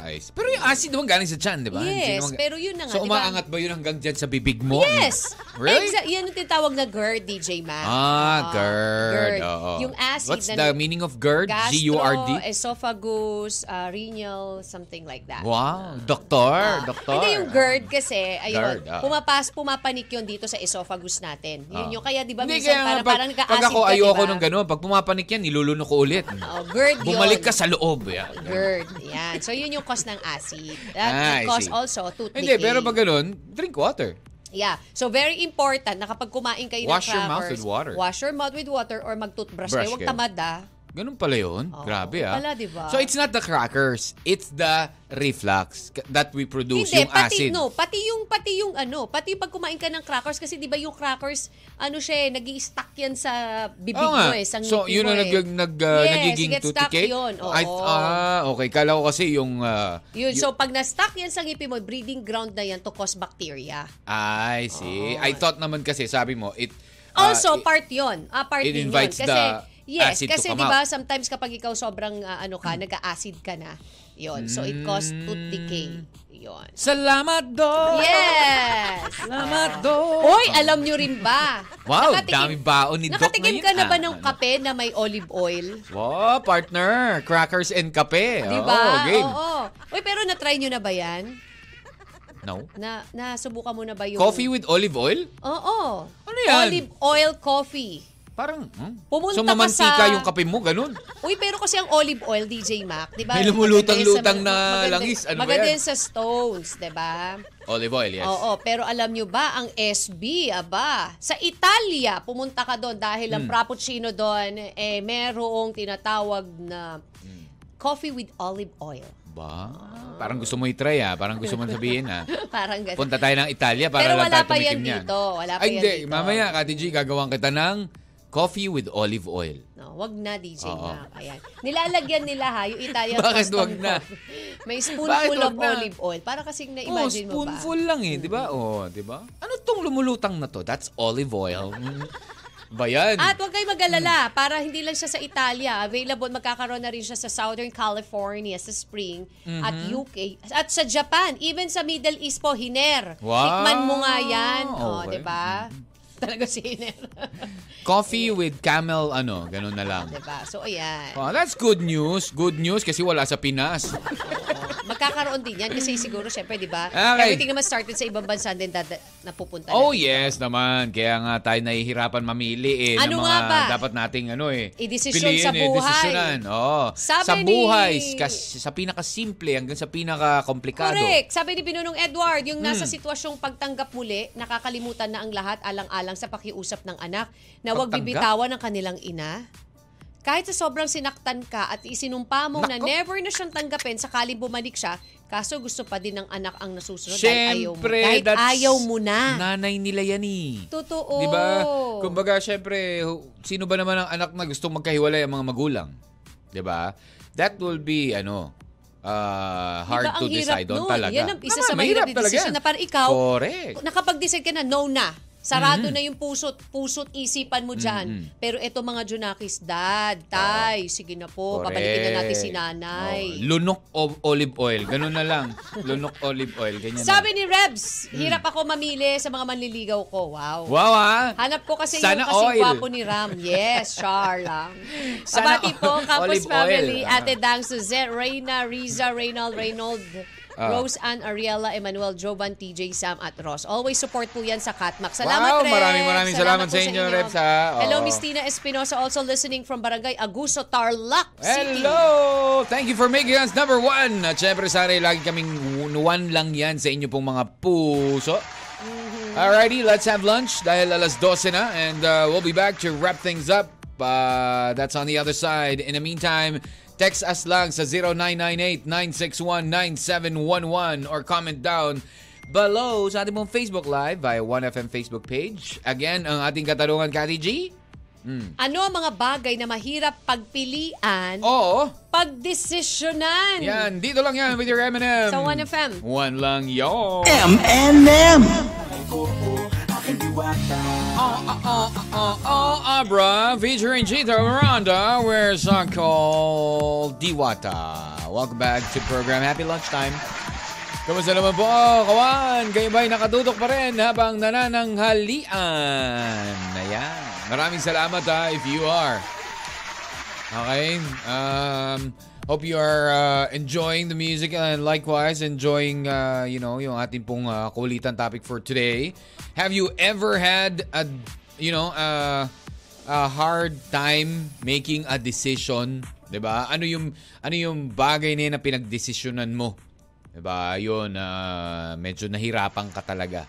Speaker 3: I see. Pero yung acid naman galing sa tiyan, di ba? Hindi
Speaker 4: Yes,
Speaker 3: naman-
Speaker 4: pero yun na nga,
Speaker 3: So
Speaker 4: di ba?
Speaker 3: umaangat ba yun hanggang dyan sa bibig mo?
Speaker 4: Yes!
Speaker 3: Really?
Speaker 4: Exa- yan ang tinatawag na GERD, DJ Mac.
Speaker 3: Ah, GERD.
Speaker 4: GERD.
Speaker 3: oo.
Speaker 4: Yung acid
Speaker 3: What's
Speaker 4: na
Speaker 3: the meaning of GERD?
Speaker 4: gastro,
Speaker 3: G-U-R-D?
Speaker 4: esophagus, uh, renal, something like that.
Speaker 3: Wow, doctor, doctor.
Speaker 4: Ah. Hindi yung GERD kasi,
Speaker 3: GERD,
Speaker 4: ayun,
Speaker 3: ah.
Speaker 4: pumapas, pumapanik yun dito sa esophagus natin.
Speaker 3: Ah.
Speaker 4: Yun yung kaya, di ba,
Speaker 3: Hindi, kaya
Speaker 4: minsan
Speaker 3: nga,
Speaker 4: parang,
Speaker 3: pag,
Speaker 4: parang
Speaker 3: pag
Speaker 4: nagka-acid
Speaker 3: ako
Speaker 4: ka, di
Speaker 3: ayoko
Speaker 4: ba?
Speaker 3: ng gano'n, pag pumapanik yan, niluluno ko ulit.
Speaker 4: Oh, GERD yun.
Speaker 3: Bumalik ka sa loob. Yeah.
Speaker 4: GERD. Yan. So, yun yung cause ng acid. That
Speaker 3: Ah,
Speaker 4: can
Speaker 3: I
Speaker 4: cause
Speaker 3: see.
Speaker 4: also tooth
Speaker 3: Hindi,
Speaker 4: decay.
Speaker 3: pero pag ganun, drink water.
Speaker 4: Yeah. So, very important na kapag kumain kayo
Speaker 3: Wash
Speaker 4: ng
Speaker 3: your mouth
Speaker 4: crackers,
Speaker 3: with water.
Speaker 4: wash your mouth with water or mag-toothbrush
Speaker 3: Brush
Speaker 4: kayo. Huwag
Speaker 3: kayo.
Speaker 4: tamad ah.
Speaker 3: Ganun pala yun.
Speaker 4: Oo,
Speaker 3: Grabe ah.
Speaker 4: Oh, pala, diba? di ba?
Speaker 3: So it's not the crackers, it's the reflux k- that we produce,
Speaker 4: Hindi,
Speaker 3: yung
Speaker 4: pati,
Speaker 3: acid.
Speaker 4: no, pati yung, pati yung ano, pati pag kumain ka ng crackers, kasi di ba yung crackers, ano siya eh, nag stuck yan sa bibig
Speaker 3: Oo nga.
Speaker 4: mo eh, sa ngipin
Speaker 3: so, yun
Speaker 4: mo
Speaker 3: ang
Speaker 4: eh.
Speaker 3: nag, nag, uh,
Speaker 4: yes,
Speaker 3: nagiging
Speaker 4: get stuck
Speaker 3: tutikate?
Speaker 4: yun. Oo.
Speaker 3: Ay, ah, okay. Kala ko kasi yung... ah,
Speaker 4: yun, so pag na-stuck yan sa ngipin mo, breeding ground na yan to cause bacteria.
Speaker 3: I see.
Speaker 4: Oo.
Speaker 3: I thought naman kasi, sabi mo, it... ah,
Speaker 4: Also,
Speaker 3: it-
Speaker 4: part yun. Ah, part
Speaker 3: it
Speaker 4: din
Speaker 3: invites
Speaker 4: yun.
Speaker 3: the
Speaker 4: Kasi, yes,
Speaker 3: acid to
Speaker 4: kasi
Speaker 3: come
Speaker 4: di
Speaker 3: out.
Speaker 4: ba sometimes kapag ikaw sobrang ah, ano ka, nag-acid ka na. Yun. So, it caused
Speaker 3: Hmm.
Speaker 4: tooth decay. Yun.
Speaker 3: Salamat, Dok!
Speaker 4: Yes!
Speaker 3: Oh. Salamat, Dok!
Speaker 4: Hoy, alam nyo rin ba?
Speaker 3: Wow, dami baon ni Doc
Speaker 4: Nakatikim
Speaker 3: ngayon,
Speaker 4: ka na ba
Speaker 3: ah.
Speaker 4: ng kape na may olive oil?
Speaker 3: Wow, partner! Crackers and kape.
Speaker 4: Ah, Di
Speaker 3: Oo,
Speaker 4: ba?
Speaker 3: oh, game.
Speaker 4: Diba? Oo. Uy, pero na-try nyo na ba yan?
Speaker 3: No?
Speaker 4: Na, nasubukan mo na ba yung...
Speaker 3: Coffee with olive oil?
Speaker 4: Oo.
Speaker 3: Ano yan?
Speaker 4: Olive oil coffee.
Speaker 3: Parang, hmm? so,
Speaker 4: Pumunta ka
Speaker 3: mamantika
Speaker 4: sa-
Speaker 3: yung kape mo, ganun.
Speaker 4: Uy, pero kasi ang olive oil, DJ Mac, di ba?
Speaker 3: May lumulutang-lutang na
Speaker 4: maganda yun sa- maganda-
Speaker 3: langis. Ano ba
Speaker 4: maganda
Speaker 3: yan?
Speaker 4: yun sa stones, di ba?
Speaker 3: Olive oil, yes.
Speaker 4: Oo, pero alam nyo ba, ang SB, aba, sa Italia, pumunta ka doon
Speaker 3: Mm.
Speaker 4: dahil ang Frappuccino doon, eh, merong tinatawag na
Speaker 3: Mm.
Speaker 4: coffee with olive oil.
Speaker 3: Ba? Parang gusto mo i-try ah. Parang gusto mo sabihin ah.
Speaker 4: Parang ganun.
Speaker 3: Punta tayo ng Italia para
Speaker 4: Pero
Speaker 3: lang
Speaker 4: wala
Speaker 3: tayo
Speaker 4: pa yan
Speaker 3: tumikim niyan.
Speaker 4: dito. Wala pa
Speaker 3: Ay,
Speaker 4: yan
Speaker 3: hindi.
Speaker 4: dito.
Speaker 3: Mamaya, Kati G, gagawin kita ng coffee with olive oil.
Speaker 4: No, wag na DJ
Speaker 3: Oo.
Speaker 4: Mac. Ayan. Nilalagyan nila ha, yung Italian
Speaker 3: Bakit
Speaker 4: custom
Speaker 3: wag na?
Speaker 4: coffee. May
Speaker 3: Bakit wag
Speaker 4: spoonful of
Speaker 3: na?
Speaker 4: olive oil. Para kasing
Speaker 3: Oh,
Speaker 4: na-imagine mo ba? Mm-hmm.
Speaker 3: spoonful lang eh, di ba? Oh, di ba? Ano tong lumulutang na to? That's olive oil. Mm. ba yan?
Speaker 4: At huwag kayo mag-alala, para hindi lang siya sa Italia, available, magkakaroon na rin siya sa Southern California, sa Spring, at
Speaker 3: Mm-hmm.
Speaker 4: UK, at sa Japan, even sa Middle East po, Hiner.
Speaker 3: Wow!
Speaker 4: Tikman mo nga yan. O,
Speaker 3: Okay.
Speaker 4: di ba? Talaga si Hiner.
Speaker 3: Coffee with camel, ano, ganun na lang.
Speaker 4: di ba? Diba? So, ayan.
Speaker 3: Oh, that's good news. Good news kasi wala sa Pinas.
Speaker 4: Oh, Magkakaroon din yan kasi siguro, syempre, di ba?
Speaker 3: Okay.
Speaker 4: Everything naman started sa ibang bansa din dada- napupunta.
Speaker 3: Oh
Speaker 4: natin.
Speaker 3: yes naman, kaya nga tayo nahihirapan mamili eh
Speaker 4: Ano
Speaker 3: ng mga
Speaker 4: nga ba?
Speaker 3: dapat nating ano eh
Speaker 4: I-desisyon
Speaker 3: piliin
Speaker 4: sa
Speaker 3: eh,
Speaker 4: buhay.
Speaker 3: desisyonan. Oo.
Speaker 4: Sabi
Speaker 3: sa buhay,
Speaker 4: ni-
Speaker 3: kas- sa pinakasimple hanggang sa pinakakomplikado.
Speaker 4: Correct. Sabi ni Pinunong Edward, yung
Speaker 3: Hmm.
Speaker 4: nasa sitwasyong pagtanggap muli, nakakalimutan na ang lahat alang-alang sa pakiusap ng anak na huwag
Speaker 3: Pagtanggap?
Speaker 4: bibitawan ng kanilang ina. kahit sa sobrang sinaktan ka at isinumpa mo na
Speaker 3: Nako.
Speaker 4: never na siyang tanggapin sakaling bumalik siya, kaso gusto pa din ng anak ang nasusunod dahil ayaw mo.
Speaker 3: Siyempre,
Speaker 4: Kahit
Speaker 3: that's
Speaker 4: ayaw mo na.
Speaker 3: Nanay nila yan eh.
Speaker 4: Totoo.
Speaker 3: Di ba?
Speaker 4: Oh.
Speaker 3: Kumbaga, syempre, hu- sino ba naman ang anak na gustong magkahiwalay ang mga magulang? Di ba? That will be, ano, uh,
Speaker 4: Diba,
Speaker 3: hard
Speaker 4: ang
Speaker 3: to
Speaker 4: hirap
Speaker 3: decide on
Speaker 4: nun?
Speaker 3: talaga.
Speaker 4: Yan ang isa
Speaker 3: Naman,
Speaker 4: sa mahirap na
Speaker 3: talaga
Speaker 4: decision
Speaker 3: yan.
Speaker 4: na parang ikaw,
Speaker 3: Correct. Mm-hmm.
Speaker 4: nakapag-decide ka na, no na. Sarado na yung puso't, puso't isipan mo dyan. Pero eto mga Junakis, dad, tay, sige na po, babalikin na natin si
Speaker 3: Oh. Correct.
Speaker 4: nanay.
Speaker 3: Oh, lunok of olive oil. Ganun na lang. lunok olive oil. Ganyan
Speaker 4: Sabi
Speaker 3: na.
Speaker 4: ni Rebs, hirap ako mamili sa mga manliligaw ko. Wow.
Speaker 3: Wow ah.
Speaker 4: Hanap ko kasi
Speaker 3: Sana
Speaker 4: yung kasing
Speaker 3: oil.
Speaker 4: gwapo ni Ram. Yes, char lang.
Speaker 3: Sana
Speaker 4: Abati po,
Speaker 3: oil. Olive
Speaker 4: Campus
Speaker 3: oil.
Speaker 4: Family,
Speaker 3: Ah.
Speaker 4: Ate Dang, Suzette, Reyna, Riza, Reynald, Reynold,
Speaker 3: Ah.
Speaker 4: Rose Ann, Ariela, Emmanuel, Jovan, TJ, Sam, at Ross. Always support po yan sa Katmak.
Speaker 3: Wow,
Speaker 4: Salamat, Rebs.
Speaker 3: maraming maraming salamat
Speaker 4: po
Speaker 3: sa inyo, Rebs, ha. Oh. Oo.
Speaker 4: Hello, Miss Tina Espinosa, also listening from Barangay Aguso, Tarlac City.
Speaker 3: Hello! Thank you for making us number one. At syempre, sana lagi kaming one lang yan sa inyo pong mga puso. Alrighty, let's have lunch dahil alas 12 na and uh, we'll be back to wrap things up. Uh, that's on the other side. In the meantime, text us lang sa 0998-961-9711 or comment down below sa ating pong Facebook Live via 1FM Facebook page. Again, ang ating katanungan, Kati G?
Speaker 4: Ano ang mga bagay na mahirap pagpilian,
Speaker 3: Oo.
Speaker 4: pagdesisyonan?
Speaker 3: Oh. Yan, dito lang yan with your M&M.
Speaker 4: Sa 1FM.
Speaker 3: One lang yon.
Speaker 1: M and M.
Speaker 3: Oh, oh, Abra featuring Gita Miranda. We're a song called Diwata. Welcome back to program. Happy lunchtime. Kamusta naman po, kawan? Kayo ba'y nakatutok pa rin habang nanananghalian? Ayan. Maraming salamat ha, if you are. Okay. Um, hope you are uh, enjoying the music and likewise enjoying, uh, you know, yung ating pong uh, kulitan topic for today. Have you ever had a, you know, uh, a hard time making a decision? 'Di ba? Ano yung, ano yung bagay na yun na pinagdesisyonan mo? 'Di ba? Yun, uh, medyo nahirapan ka talaga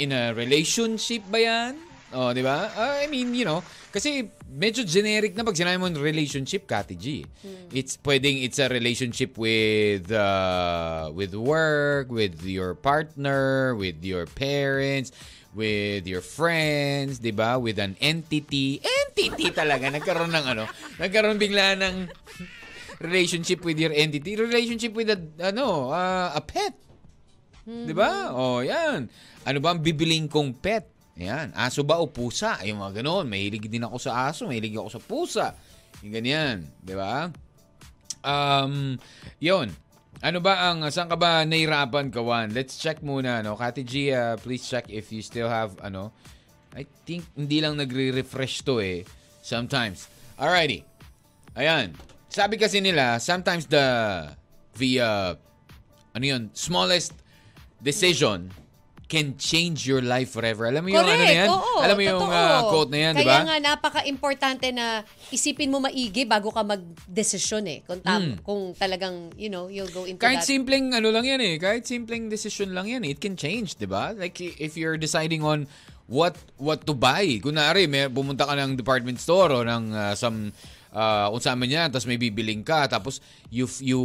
Speaker 3: in a relationship ba yan? Oh, di ba? Ah, I mean, you know, kasi medyo generic na pag sinabi mo relationship, Kati G. It's pwedeng it's a relationship with uh, with work, with your partner, with your parents, with your friends, di ba? With an entity. Entity talaga. Nagkaroon ng ano? Nagkaroon bigla ng relationship with your entity. Relationship with a, ano, ah, a pet. Di ba? O, oh, yan. Ano ba ang bibiling kong pet? Yan. Aso ba o pusa? Yung mga ganon. Mahilig din ako sa aso. Mahilig ako sa pusa. Yung ganyan. Di ba? Um, yon. Ano ba ang, saan ka ba nahirapan, Kawan? Let's check muna, no? Kati G, uh, please check if you still have, ano, I think hindi lang nagre-refresh to eh. Sometimes. Alrighty. Ayan. Sabi kasi nila, sometimes the, the, uh, ano yun, smallest decision can change your life forever. Alam mo yung ano na yan?
Speaker 4: oo,
Speaker 3: Alam mo yung
Speaker 4: totoo.
Speaker 3: uh, quote na yan, di ba?
Speaker 4: Kaya nga napaka-importante na isipin mo maigi bago ka mag-desisyon eh. Kung, tam- kung talagang, you know, you'll go into
Speaker 3: Hmm. Kahit
Speaker 4: that.
Speaker 3: simpleng ano lang yan eh. Kahit simpleng decision lang yan eh. It can change, di ba? Like i- if you're deciding on what what to buy. Kunwari, may pumunta ka ng department store o ng uh, some uh, kung saan man yan, tapos may bibiling ka, tapos you f- you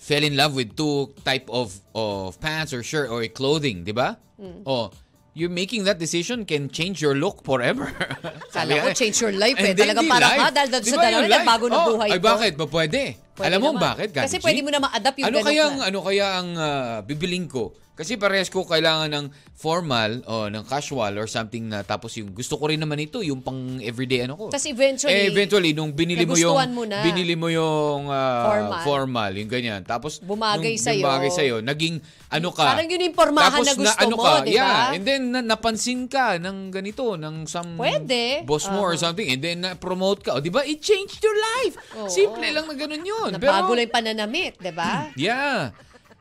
Speaker 3: fell in love with two type of of pants or shirt or clothing, di ba?
Speaker 4: Mm.
Speaker 3: Oh, you're making that decision can change your look forever. Sabi
Speaker 4: Kala ko,
Speaker 3: nga eh.
Speaker 4: change your life eh.
Speaker 3: And then
Speaker 4: Talagang
Speaker 3: di
Speaker 4: parang,
Speaker 3: life.
Speaker 4: ah, dahil dahil
Speaker 3: Di ba
Speaker 4: sa
Speaker 3: yung
Speaker 4: dalawa na
Speaker 3: life?
Speaker 4: bago na
Speaker 3: Oh,
Speaker 4: buhay
Speaker 3: Ay,
Speaker 4: ko.
Speaker 3: bakit? Ba, pwede.
Speaker 4: Pwede
Speaker 3: Alam mo
Speaker 4: naman.
Speaker 3: bakit, Kati
Speaker 4: Kasi
Speaker 3: G?
Speaker 4: pwede mo na ma-adapt yung
Speaker 3: ano
Speaker 4: ganun
Speaker 3: kaya,
Speaker 4: ka.
Speaker 3: Ano kaya ang ah, bibiling ko? Kasi parehas ko kailangan ng formal o ng casual or something na tapos yung gusto ko rin naman ito, yung pang everyday ano ko.
Speaker 4: Tapos eventually,
Speaker 3: Eh, eventually, nung binili mo yung,
Speaker 4: nagustuhan mo na.
Speaker 3: binili mo yung ah,
Speaker 4: Formal.
Speaker 3: formal. yung ganyan. Tapos,
Speaker 4: Bumagay
Speaker 3: nung
Speaker 4: sa'yo.
Speaker 3: Bumagay sa'yo. Naging, ano ka.
Speaker 4: Parang yun yung pormahan
Speaker 3: Tapos
Speaker 4: na gusto
Speaker 3: ano
Speaker 4: mo,
Speaker 3: ka,
Speaker 4: di ba?
Speaker 3: Yeah. And then, na- napansin ka ng ganito, ng some
Speaker 4: Pwede.
Speaker 3: boss mo or something. And then, na-promote ka. O, di ba? It changed your life.
Speaker 4: Oo.
Speaker 3: Simple lang na ganun yun.
Speaker 4: na
Speaker 3: Pero-
Speaker 4: bago lang yung pananamit, di ba?
Speaker 3: Yeah.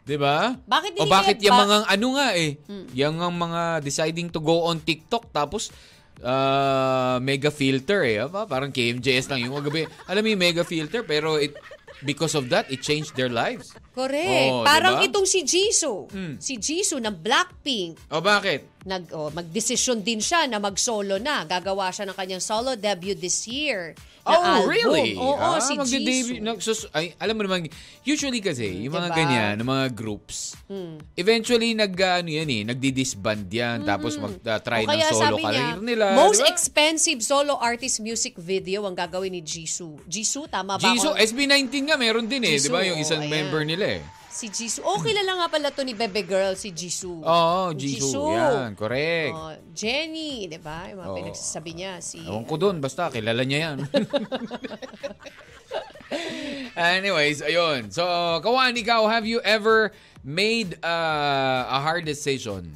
Speaker 3: 'Di ba? O
Speaker 4: Bakit hindi
Speaker 3: bakit
Speaker 4: kaya-
Speaker 3: yung
Speaker 4: ba- Hmm.
Speaker 3: mga ano nga eh, yung ang mga deciding to go on TikTok tapos ah, mega filter eh. Aba, parang KMJS lang yung gabi. Alam mo yung mega filter pero it because of that it changed their lives.
Speaker 4: Correct.
Speaker 3: Oo,
Speaker 4: Parang
Speaker 3: diba?
Speaker 4: itong si Jisoo.
Speaker 3: Mm.
Speaker 4: Si Jisoo ng Blackpink,
Speaker 3: O bakit?
Speaker 4: nag oh, magdesisyon din siya na mag-solo na. Gagawa siya ng kanyang solo debut this year. Na
Speaker 3: oh,
Speaker 4: album.
Speaker 3: really?
Speaker 4: Oo,
Speaker 3: Ah,
Speaker 4: si
Speaker 3: magde-debut-
Speaker 4: Jisoo.
Speaker 3: nagsus- ay, alam mo naman, usually kasi, yung mga
Speaker 4: diba? Hmm.
Speaker 3: ganyan, ng mga groups, eventually, nag, ah, ano yan eh, nagdi-disband yan, tapos mag-try
Speaker 4: O
Speaker 3: ng
Speaker 4: kaya
Speaker 3: solo
Speaker 4: sabi
Speaker 3: career
Speaker 4: niya,
Speaker 3: nila.
Speaker 4: Most
Speaker 3: diba?
Speaker 4: expensive solo artist music video ang gagawin ni Jisoo. Jisoo, tama ba?
Speaker 3: Jisoo, eh,
Speaker 4: ako?
Speaker 3: SB19 nga, meron din eh, di ba?
Speaker 4: Jisoo,
Speaker 3: Yung isang
Speaker 4: oh, ayan.
Speaker 3: member nila eh.
Speaker 4: si Jisoo. Oh, kilala nga pala to ni Bebe Girl, si Jisoo.
Speaker 3: Oo, oh, Jisoo. Yan, correct.
Speaker 4: Oh, Jenny, di ba? Yung mga
Speaker 3: Oo.
Speaker 4: pinagsasabi niya. Si,
Speaker 3: Ewan ko dun, basta kilala niya yan. Anyways, ayun. So, Kawan, ikaw, have you ever made uh, a hard decision?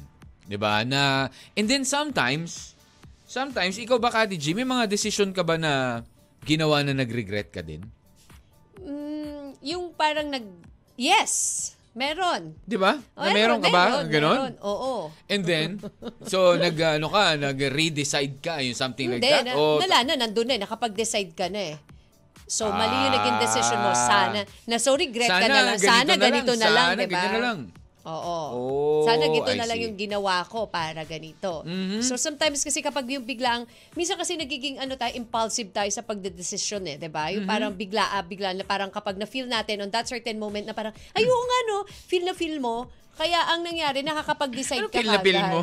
Speaker 3: 'Di ba? Na, and then sometimes, sometimes, ikaw ba, Kati G, may mga decision ka ba na ginawa na nag-regret ka din?
Speaker 4: Mm, yung parang nag... Yes! Meron.
Speaker 3: 'Di ba? Na meron ka ba?
Speaker 4: meron,
Speaker 3: Ganon?
Speaker 4: meron. Oo.
Speaker 3: And then, so nag ano ka, nag-redecide ka, yung something
Speaker 4: Hindi,
Speaker 3: like that?
Speaker 4: na,
Speaker 3: O-
Speaker 4: wala na, nandun na eh. Nakapag-decide ka na eh. So, mali yung
Speaker 3: Ah.
Speaker 4: naging decision mo. Sana, na so regret ka na lang. Sana ganito na lang,
Speaker 3: Sana
Speaker 4: di ba?
Speaker 3: ganito na lang.
Speaker 4: Oo.
Speaker 3: Oh,
Speaker 4: Sana ganito
Speaker 3: I
Speaker 4: na lang
Speaker 3: see. Mm-hmm.
Speaker 4: yung ginawa ko para ganito. So sometimes kasi kapag yung biglang, minsan kasi nagiging ano tayo, impulsive tayo sa pagdedesisyon eh, 'di ba?
Speaker 3: Mm-hmm.
Speaker 4: Yung parang bigla, ah, bigla na parang kapag na-feel natin on that certain moment na parang, ay oo nga no, feel na feel mo. Kaya ang nangyari, nakakapag-decide
Speaker 3: Ano
Speaker 4: ka
Speaker 3: feel na feel
Speaker 4: kaagad.
Speaker 3: mo?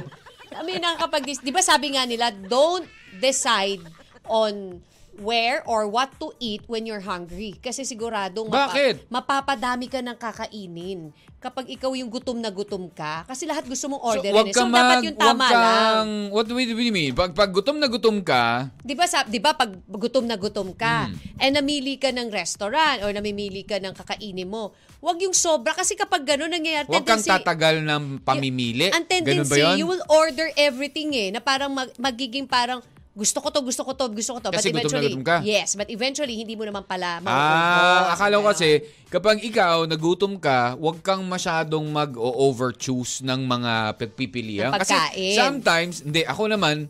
Speaker 4: I mean, nakakapag-decide. Di ba sabi nga nila, don't decide on where or what to eat when you're hungry. Kasi sigurado mapa-
Speaker 3: Bakit?
Speaker 4: mapapadami ka ng kakainin kapag ikaw yung gutom na gutom ka. Kasi lahat gusto mong
Speaker 3: So,
Speaker 4: orderin.
Speaker 3: wag
Speaker 4: eh.
Speaker 3: ka
Speaker 4: So, dapat
Speaker 3: mag-
Speaker 4: yung tama
Speaker 3: wag
Speaker 4: lang.
Speaker 3: kang, What do you what do you mean? Pag, pag gutom na gutom ka,
Speaker 4: Di ba, sa, di ba pag gutom na gutom
Speaker 3: Hmm.
Speaker 4: ka, eh namili ka ng restaurant or namimili ka ng kakainin mo, wag yung sobra. Kasi kapag gano'n nangyayari,
Speaker 3: wag kang
Speaker 4: tendency-
Speaker 3: tatagal ng pamimili.
Speaker 4: Ang
Speaker 3: Eh, Ganun ba
Speaker 4: tendency,
Speaker 3: yun?
Speaker 4: you will order everything eh, na parang mag- magiging parang gusto ko to, gusto ko to, gusto ko to.
Speaker 3: Kasi gutom na
Speaker 4: eventually-
Speaker 3: gutom ka.
Speaker 4: Yes, but eventually, hindi mo naman pala diba?
Speaker 3: Ah,
Speaker 4: mauubos.
Speaker 3: akala ko
Speaker 4: Ganon.
Speaker 3: kasi kapag ikaw nagutom ka, wag kang masyadong mag-overchoose ng mga pagpipilian.
Speaker 4: Ng
Speaker 3: Kasi
Speaker 4: pagkain.
Speaker 3: sometimes, hindi, ako naman,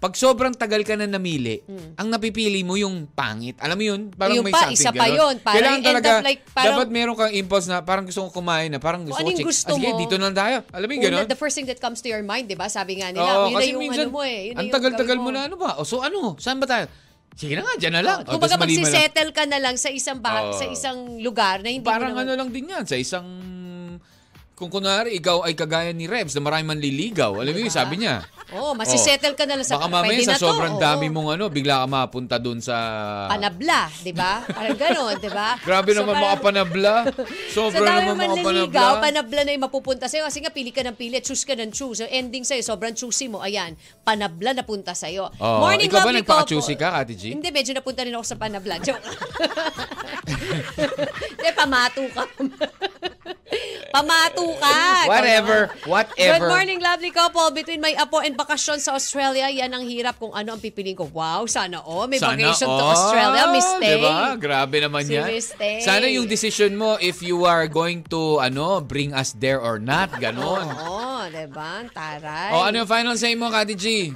Speaker 3: pag sobrang tagal ka na namili, ang napipili mo yung pangit. Alam mo yun? Parang
Speaker 4: Hmm. Yung
Speaker 3: may
Speaker 4: pa,
Speaker 3: something
Speaker 4: isa pa
Speaker 3: ganon.
Speaker 4: yun. Parang
Speaker 3: Kailangan
Speaker 4: end up
Speaker 3: talaga,
Speaker 4: like parang-
Speaker 3: dapat meron kang impulse na parang gusto kong kumain na parang gusto ko
Speaker 4: Kung anong
Speaker 3: chick. ah,
Speaker 4: gusto
Speaker 3: sige,
Speaker 4: mo.
Speaker 3: dito na lang tayo. Alam mo yung
Speaker 4: Una,
Speaker 3: ganon?
Speaker 4: the first thing that comes to your mind, di ba? Sabi nga nila,
Speaker 3: Oo,
Speaker 4: yun na
Speaker 3: kasi
Speaker 4: yung
Speaker 3: minsan,
Speaker 4: ano mo eh. Yun na
Speaker 3: ang
Speaker 4: yung
Speaker 3: tagal-tagal
Speaker 4: gawin
Speaker 3: mo na ano ba? O so ano? Saan ba tayo? Sige na nga, dyan na lang. O,
Speaker 4: Oh, Kumbaga,
Speaker 3: tas mali man lang.
Speaker 4: magsisettle ka na lang sa isang bah-
Speaker 3: Oo.
Speaker 4: sa isang lugar na hindi
Speaker 3: Parang
Speaker 4: mo
Speaker 3: ano
Speaker 4: naman...
Speaker 3: lang din yan, sa isang... Kung kunwari, ikaw ay kagaya ni Rebs na marami man liligaw. Alam mo yun, sabi niya.
Speaker 4: Oo, Diba? Oh, masisettle ka na lang
Speaker 3: Oh.
Speaker 4: sa...
Speaker 3: Baka mamaya
Speaker 4: pwede na
Speaker 3: sa
Speaker 4: to,
Speaker 3: sobrang
Speaker 4: oo.
Speaker 3: dami mong ano, bigla ka mapunta doon sa...
Speaker 4: Panabla, di ba? Parang ganon, di ba?
Speaker 3: Grabe
Speaker 4: So,
Speaker 3: naman
Speaker 4: parang-
Speaker 3: mga panabla.
Speaker 4: Sa
Speaker 3: Sobra
Speaker 4: dami
Speaker 3: naman
Speaker 4: man
Speaker 3: mga panabla.
Speaker 4: nanligaw, panabla na yung mapupunta sa'yo. Kasi nga, pili ka ng pili, choose ka ng choose. So, ending sa'yo, sobrang choosy mo. Ayan, panabla na punta sa'yo.
Speaker 3: Oo. Oh, Ikaw ba
Speaker 4: lovely
Speaker 3: nagpaka-choosy
Speaker 4: couple.
Speaker 3: ka, Ate G?
Speaker 4: Hindi, medyo napunta rin ako sa panabla. Joke. Hindi, pamato ka. pamato ka.
Speaker 3: Whatever, whatever.
Speaker 4: Good morning, lovely couple. Between my apo and bakasyon sa Australia, yan ang hirap kung ano ang pipiliin ko. Wow, sana oh, may
Speaker 3: Sana
Speaker 4: vacation to
Speaker 3: all,
Speaker 4: Australia. Mistake.
Speaker 3: Diba? Grabe naman
Speaker 4: Si
Speaker 3: yan.
Speaker 4: mistake.
Speaker 3: Sana yung decision mo if you are going to ano bring us there or not. Ganon.
Speaker 4: Oo, diba? Ang Taray.
Speaker 3: Oh, ano yung final say mo, Kati G?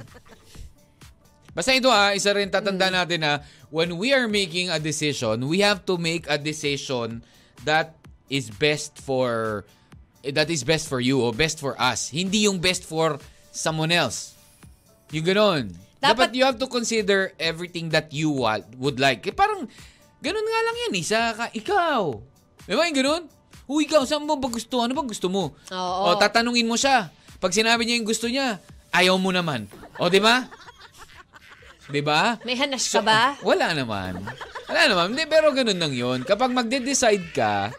Speaker 3: Basta ito ah, isa rin tatanda natin na when we are making a decision, we have to make a decision that is best for eh, that is best for you or best for us. Hindi yung best for someone else. Yung ganon. Dapat,
Speaker 4: Dapat-
Speaker 3: you have to consider everything that you want, would like. Eh, parang, ganun nga lang yan eh. Sa ka, ikaw. Di ba yung ganun? O ikaw, saan mo ba gusto? Ano ba gusto mo?
Speaker 4: Oo.
Speaker 3: O tatanungin mo siya. Pag sinabi niya yung gusto niya, ayaw mo naman. O di ba? Di ba?
Speaker 4: May hanas ka ba?
Speaker 3: Wala naman. Wala naman. Hindi, pero ganun lang yun. Kapag magde-decide ka,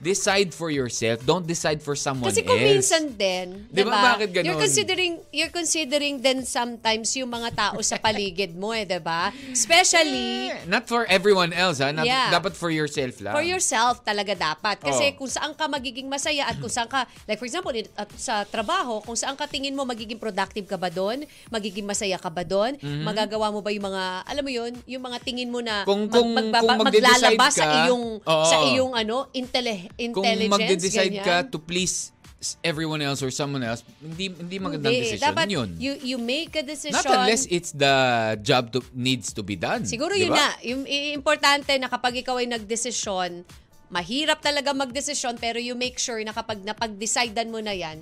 Speaker 3: decide for yourself. Don't decide for someone
Speaker 4: Kasi
Speaker 3: else.
Speaker 4: kung minsan din,
Speaker 3: Di
Speaker 4: di
Speaker 3: ba,
Speaker 4: ba?
Speaker 3: bakit ganun?
Speaker 4: You're considering, you're considering then sometimes yung mga tao sa paligid mo eh, di ba? Especially,
Speaker 3: Eh, Not for everyone else, ha? Not-
Speaker 4: Yeah.
Speaker 3: Dapat for yourself lang.
Speaker 4: For yourself talaga dapat. Kasi
Speaker 3: Oo.
Speaker 4: kung saan ka magiging masaya at kung saan ka, like for example, in- at sa trabaho, kung saan ka tingin mo magiging productive ka ba doon, magiging masaya ka ba doon,
Speaker 3: Mhm.
Speaker 4: magagawa mo ba yung mga, alam mo yun, yung mga tingin mo na
Speaker 3: Kung- kung- kung magde-decide
Speaker 4: maglalabas sa
Speaker 3: ka,
Speaker 4: iyong,
Speaker 3: oo.
Speaker 4: sa iyong ano, intele,
Speaker 3: kung
Speaker 4: intelligence,
Speaker 3: magde-decide
Speaker 4: ganyan.
Speaker 3: ka to please s- everyone else or someone else, hindi hindi magandang
Speaker 4: Hindi,
Speaker 3: decision
Speaker 4: dapat
Speaker 3: yun.
Speaker 4: You, you make a decision.
Speaker 3: Not unless it's the job to, needs to be done.
Speaker 4: Siguro
Speaker 3: di
Speaker 4: yun
Speaker 3: ba?
Speaker 4: na. Yung i- importante na kapag ikaw ay nagdesisyon, mahirap talaga magdesisyon pero you make sure na kapag napag-decidean mo na yan,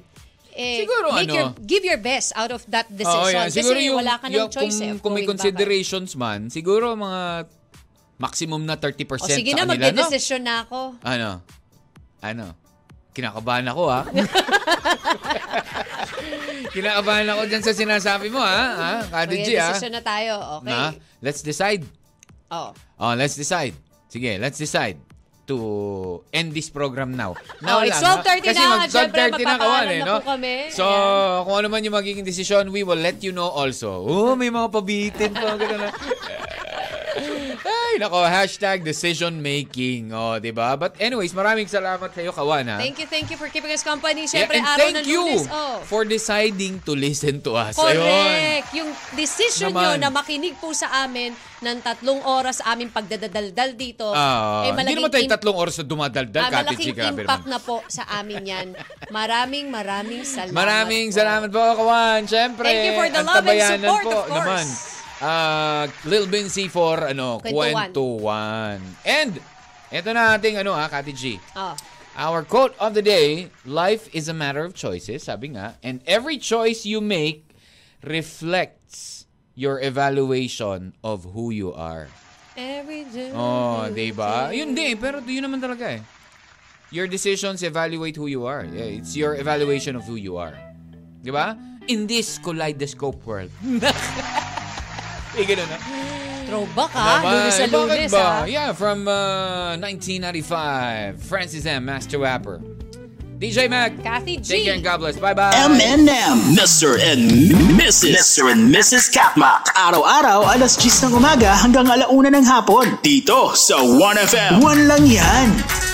Speaker 4: eh,
Speaker 3: Siguro
Speaker 4: make
Speaker 3: ano?
Speaker 4: your, give your best out of that
Speaker 3: Oo,
Speaker 4: decision.
Speaker 3: yan. Oh, Siguro
Speaker 4: Kasi
Speaker 3: yung-
Speaker 4: wala ka ng
Speaker 3: yung-
Speaker 4: choice eh,
Speaker 3: kung,
Speaker 4: of
Speaker 3: kung may
Speaker 4: going back.
Speaker 3: considerations man, siguro mga maximum na 30%
Speaker 4: O sige
Speaker 3: sa
Speaker 4: na,
Speaker 3: kanila, no?
Speaker 4: magde-desisyon na ako.
Speaker 3: Ano? Ano? Kinakabahan ako, ah. ha? Kinakabahan ako dyan sa sinasabi mo, ah. ha? ha? Kati G, ha?
Speaker 4: Magde-desisyon na tayo. Okay.
Speaker 3: Na, let's decide.
Speaker 4: Oh.
Speaker 3: Oh, let's decide. Sige, let's decide to end this program now.
Speaker 4: Oh, it's
Speaker 3: lang, ha?
Speaker 4: 12:30
Speaker 3: Kasi
Speaker 4: na.
Speaker 3: mag- 12:30 na kawan
Speaker 4: Siyempre,
Speaker 3: eh,
Speaker 4: magpapaalam
Speaker 3: no?
Speaker 4: na po kami.
Speaker 3: So, kung ano man yung magiging desisyon, we will let you know also. Oh, may mga pabitin pa. ganun na. Ay, nako, hashtag decision making. Oh, di ba? But anyways, maraming salamat kayo, Kawan, ha?
Speaker 4: Thank you, thank you for keeping us company.
Speaker 3: Yeah,
Speaker 4: Siyempre,
Speaker 3: and
Speaker 4: araw
Speaker 3: thank
Speaker 4: na
Speaker 3: you
Speaker 4: lunes. Oh.
Speaker 3: for deciding to listen to us. Ayun.
Speaker 4: Correct. Yung decision nyo
Speaker 3: Naman.
Speaker 4: na makinig po sa amin ng tatlong oras sa aming pagdadaldal dito,
Speaker 3: Ah,
Speaker 4: ay
Speaker 3: hindi
Speaker 4: Oh. Eh, malaking,
Speaker 3: naman tayo
Speaker 4: im-
Speaker 3: tatlong oras na dumadaldal,
Speaker 4: ah,
Speaker 3: Kati
Speaker 4: malaking
Speaker 3: G. Grabe naman.
Speaker 4: impact na po sa amin yan. Maraming maraming salamat
Speaker 3: Maraming
Speaker 4: po.
Speaker 3: salamat po, Kawan. Siyempre,
Speaker 4: Thank you for the
Speaker 3: ang
Speaker 4: love and
Speaker 3: tabayanan
Speaker 4: support,
Speaker 3: po,
Speaker 4: of course.
Speaker 3: Naman, Ah, Lil Binzy for ano,
Speaker 4: Kwentuhan.
Speaker 3: kwentuhan. And, ito na ating ano, ah, Kati G.
Speaker 4: Oh.
Speaker 3: Our quote of the day, life is a matter of choices, sabi nga, and every choice you make reflects your evaluation of who you are.
Speaker 4: Every day.
Speaker 3: Oh, di ba? Yun di, pero yun naman talaga eh. Your decisions evaluate who you are. Yeah, it's your evaluation of who you are. Di ba? In this kaleidoscope world. eh, ganun na.
Speaker 4: Throwback ha,
Speaker 3: Naman,
Speaker 4: lunes sa
Speaker 3: eh, bakit
Speaker 4: lunes ah.
Speaker 3: ba?
Speaker 4: ha.
Speaker 3: Yeah, from uh, 1995. Francis M, Master Rapper. DJ Mac.
Speaker 4: Kathy G.
Speaker 3: Take care and God bless. Bye-bye.
Speaker 1: M&M. Mr. and Mrs. Mr. and Mrs. Katma.
Speaker 5: Araw-araw, alas 10 ng umaga hanggang alauna ng hapon.
Speaker 1: Dito sa 1FM.
Speaker 5: One lang yan.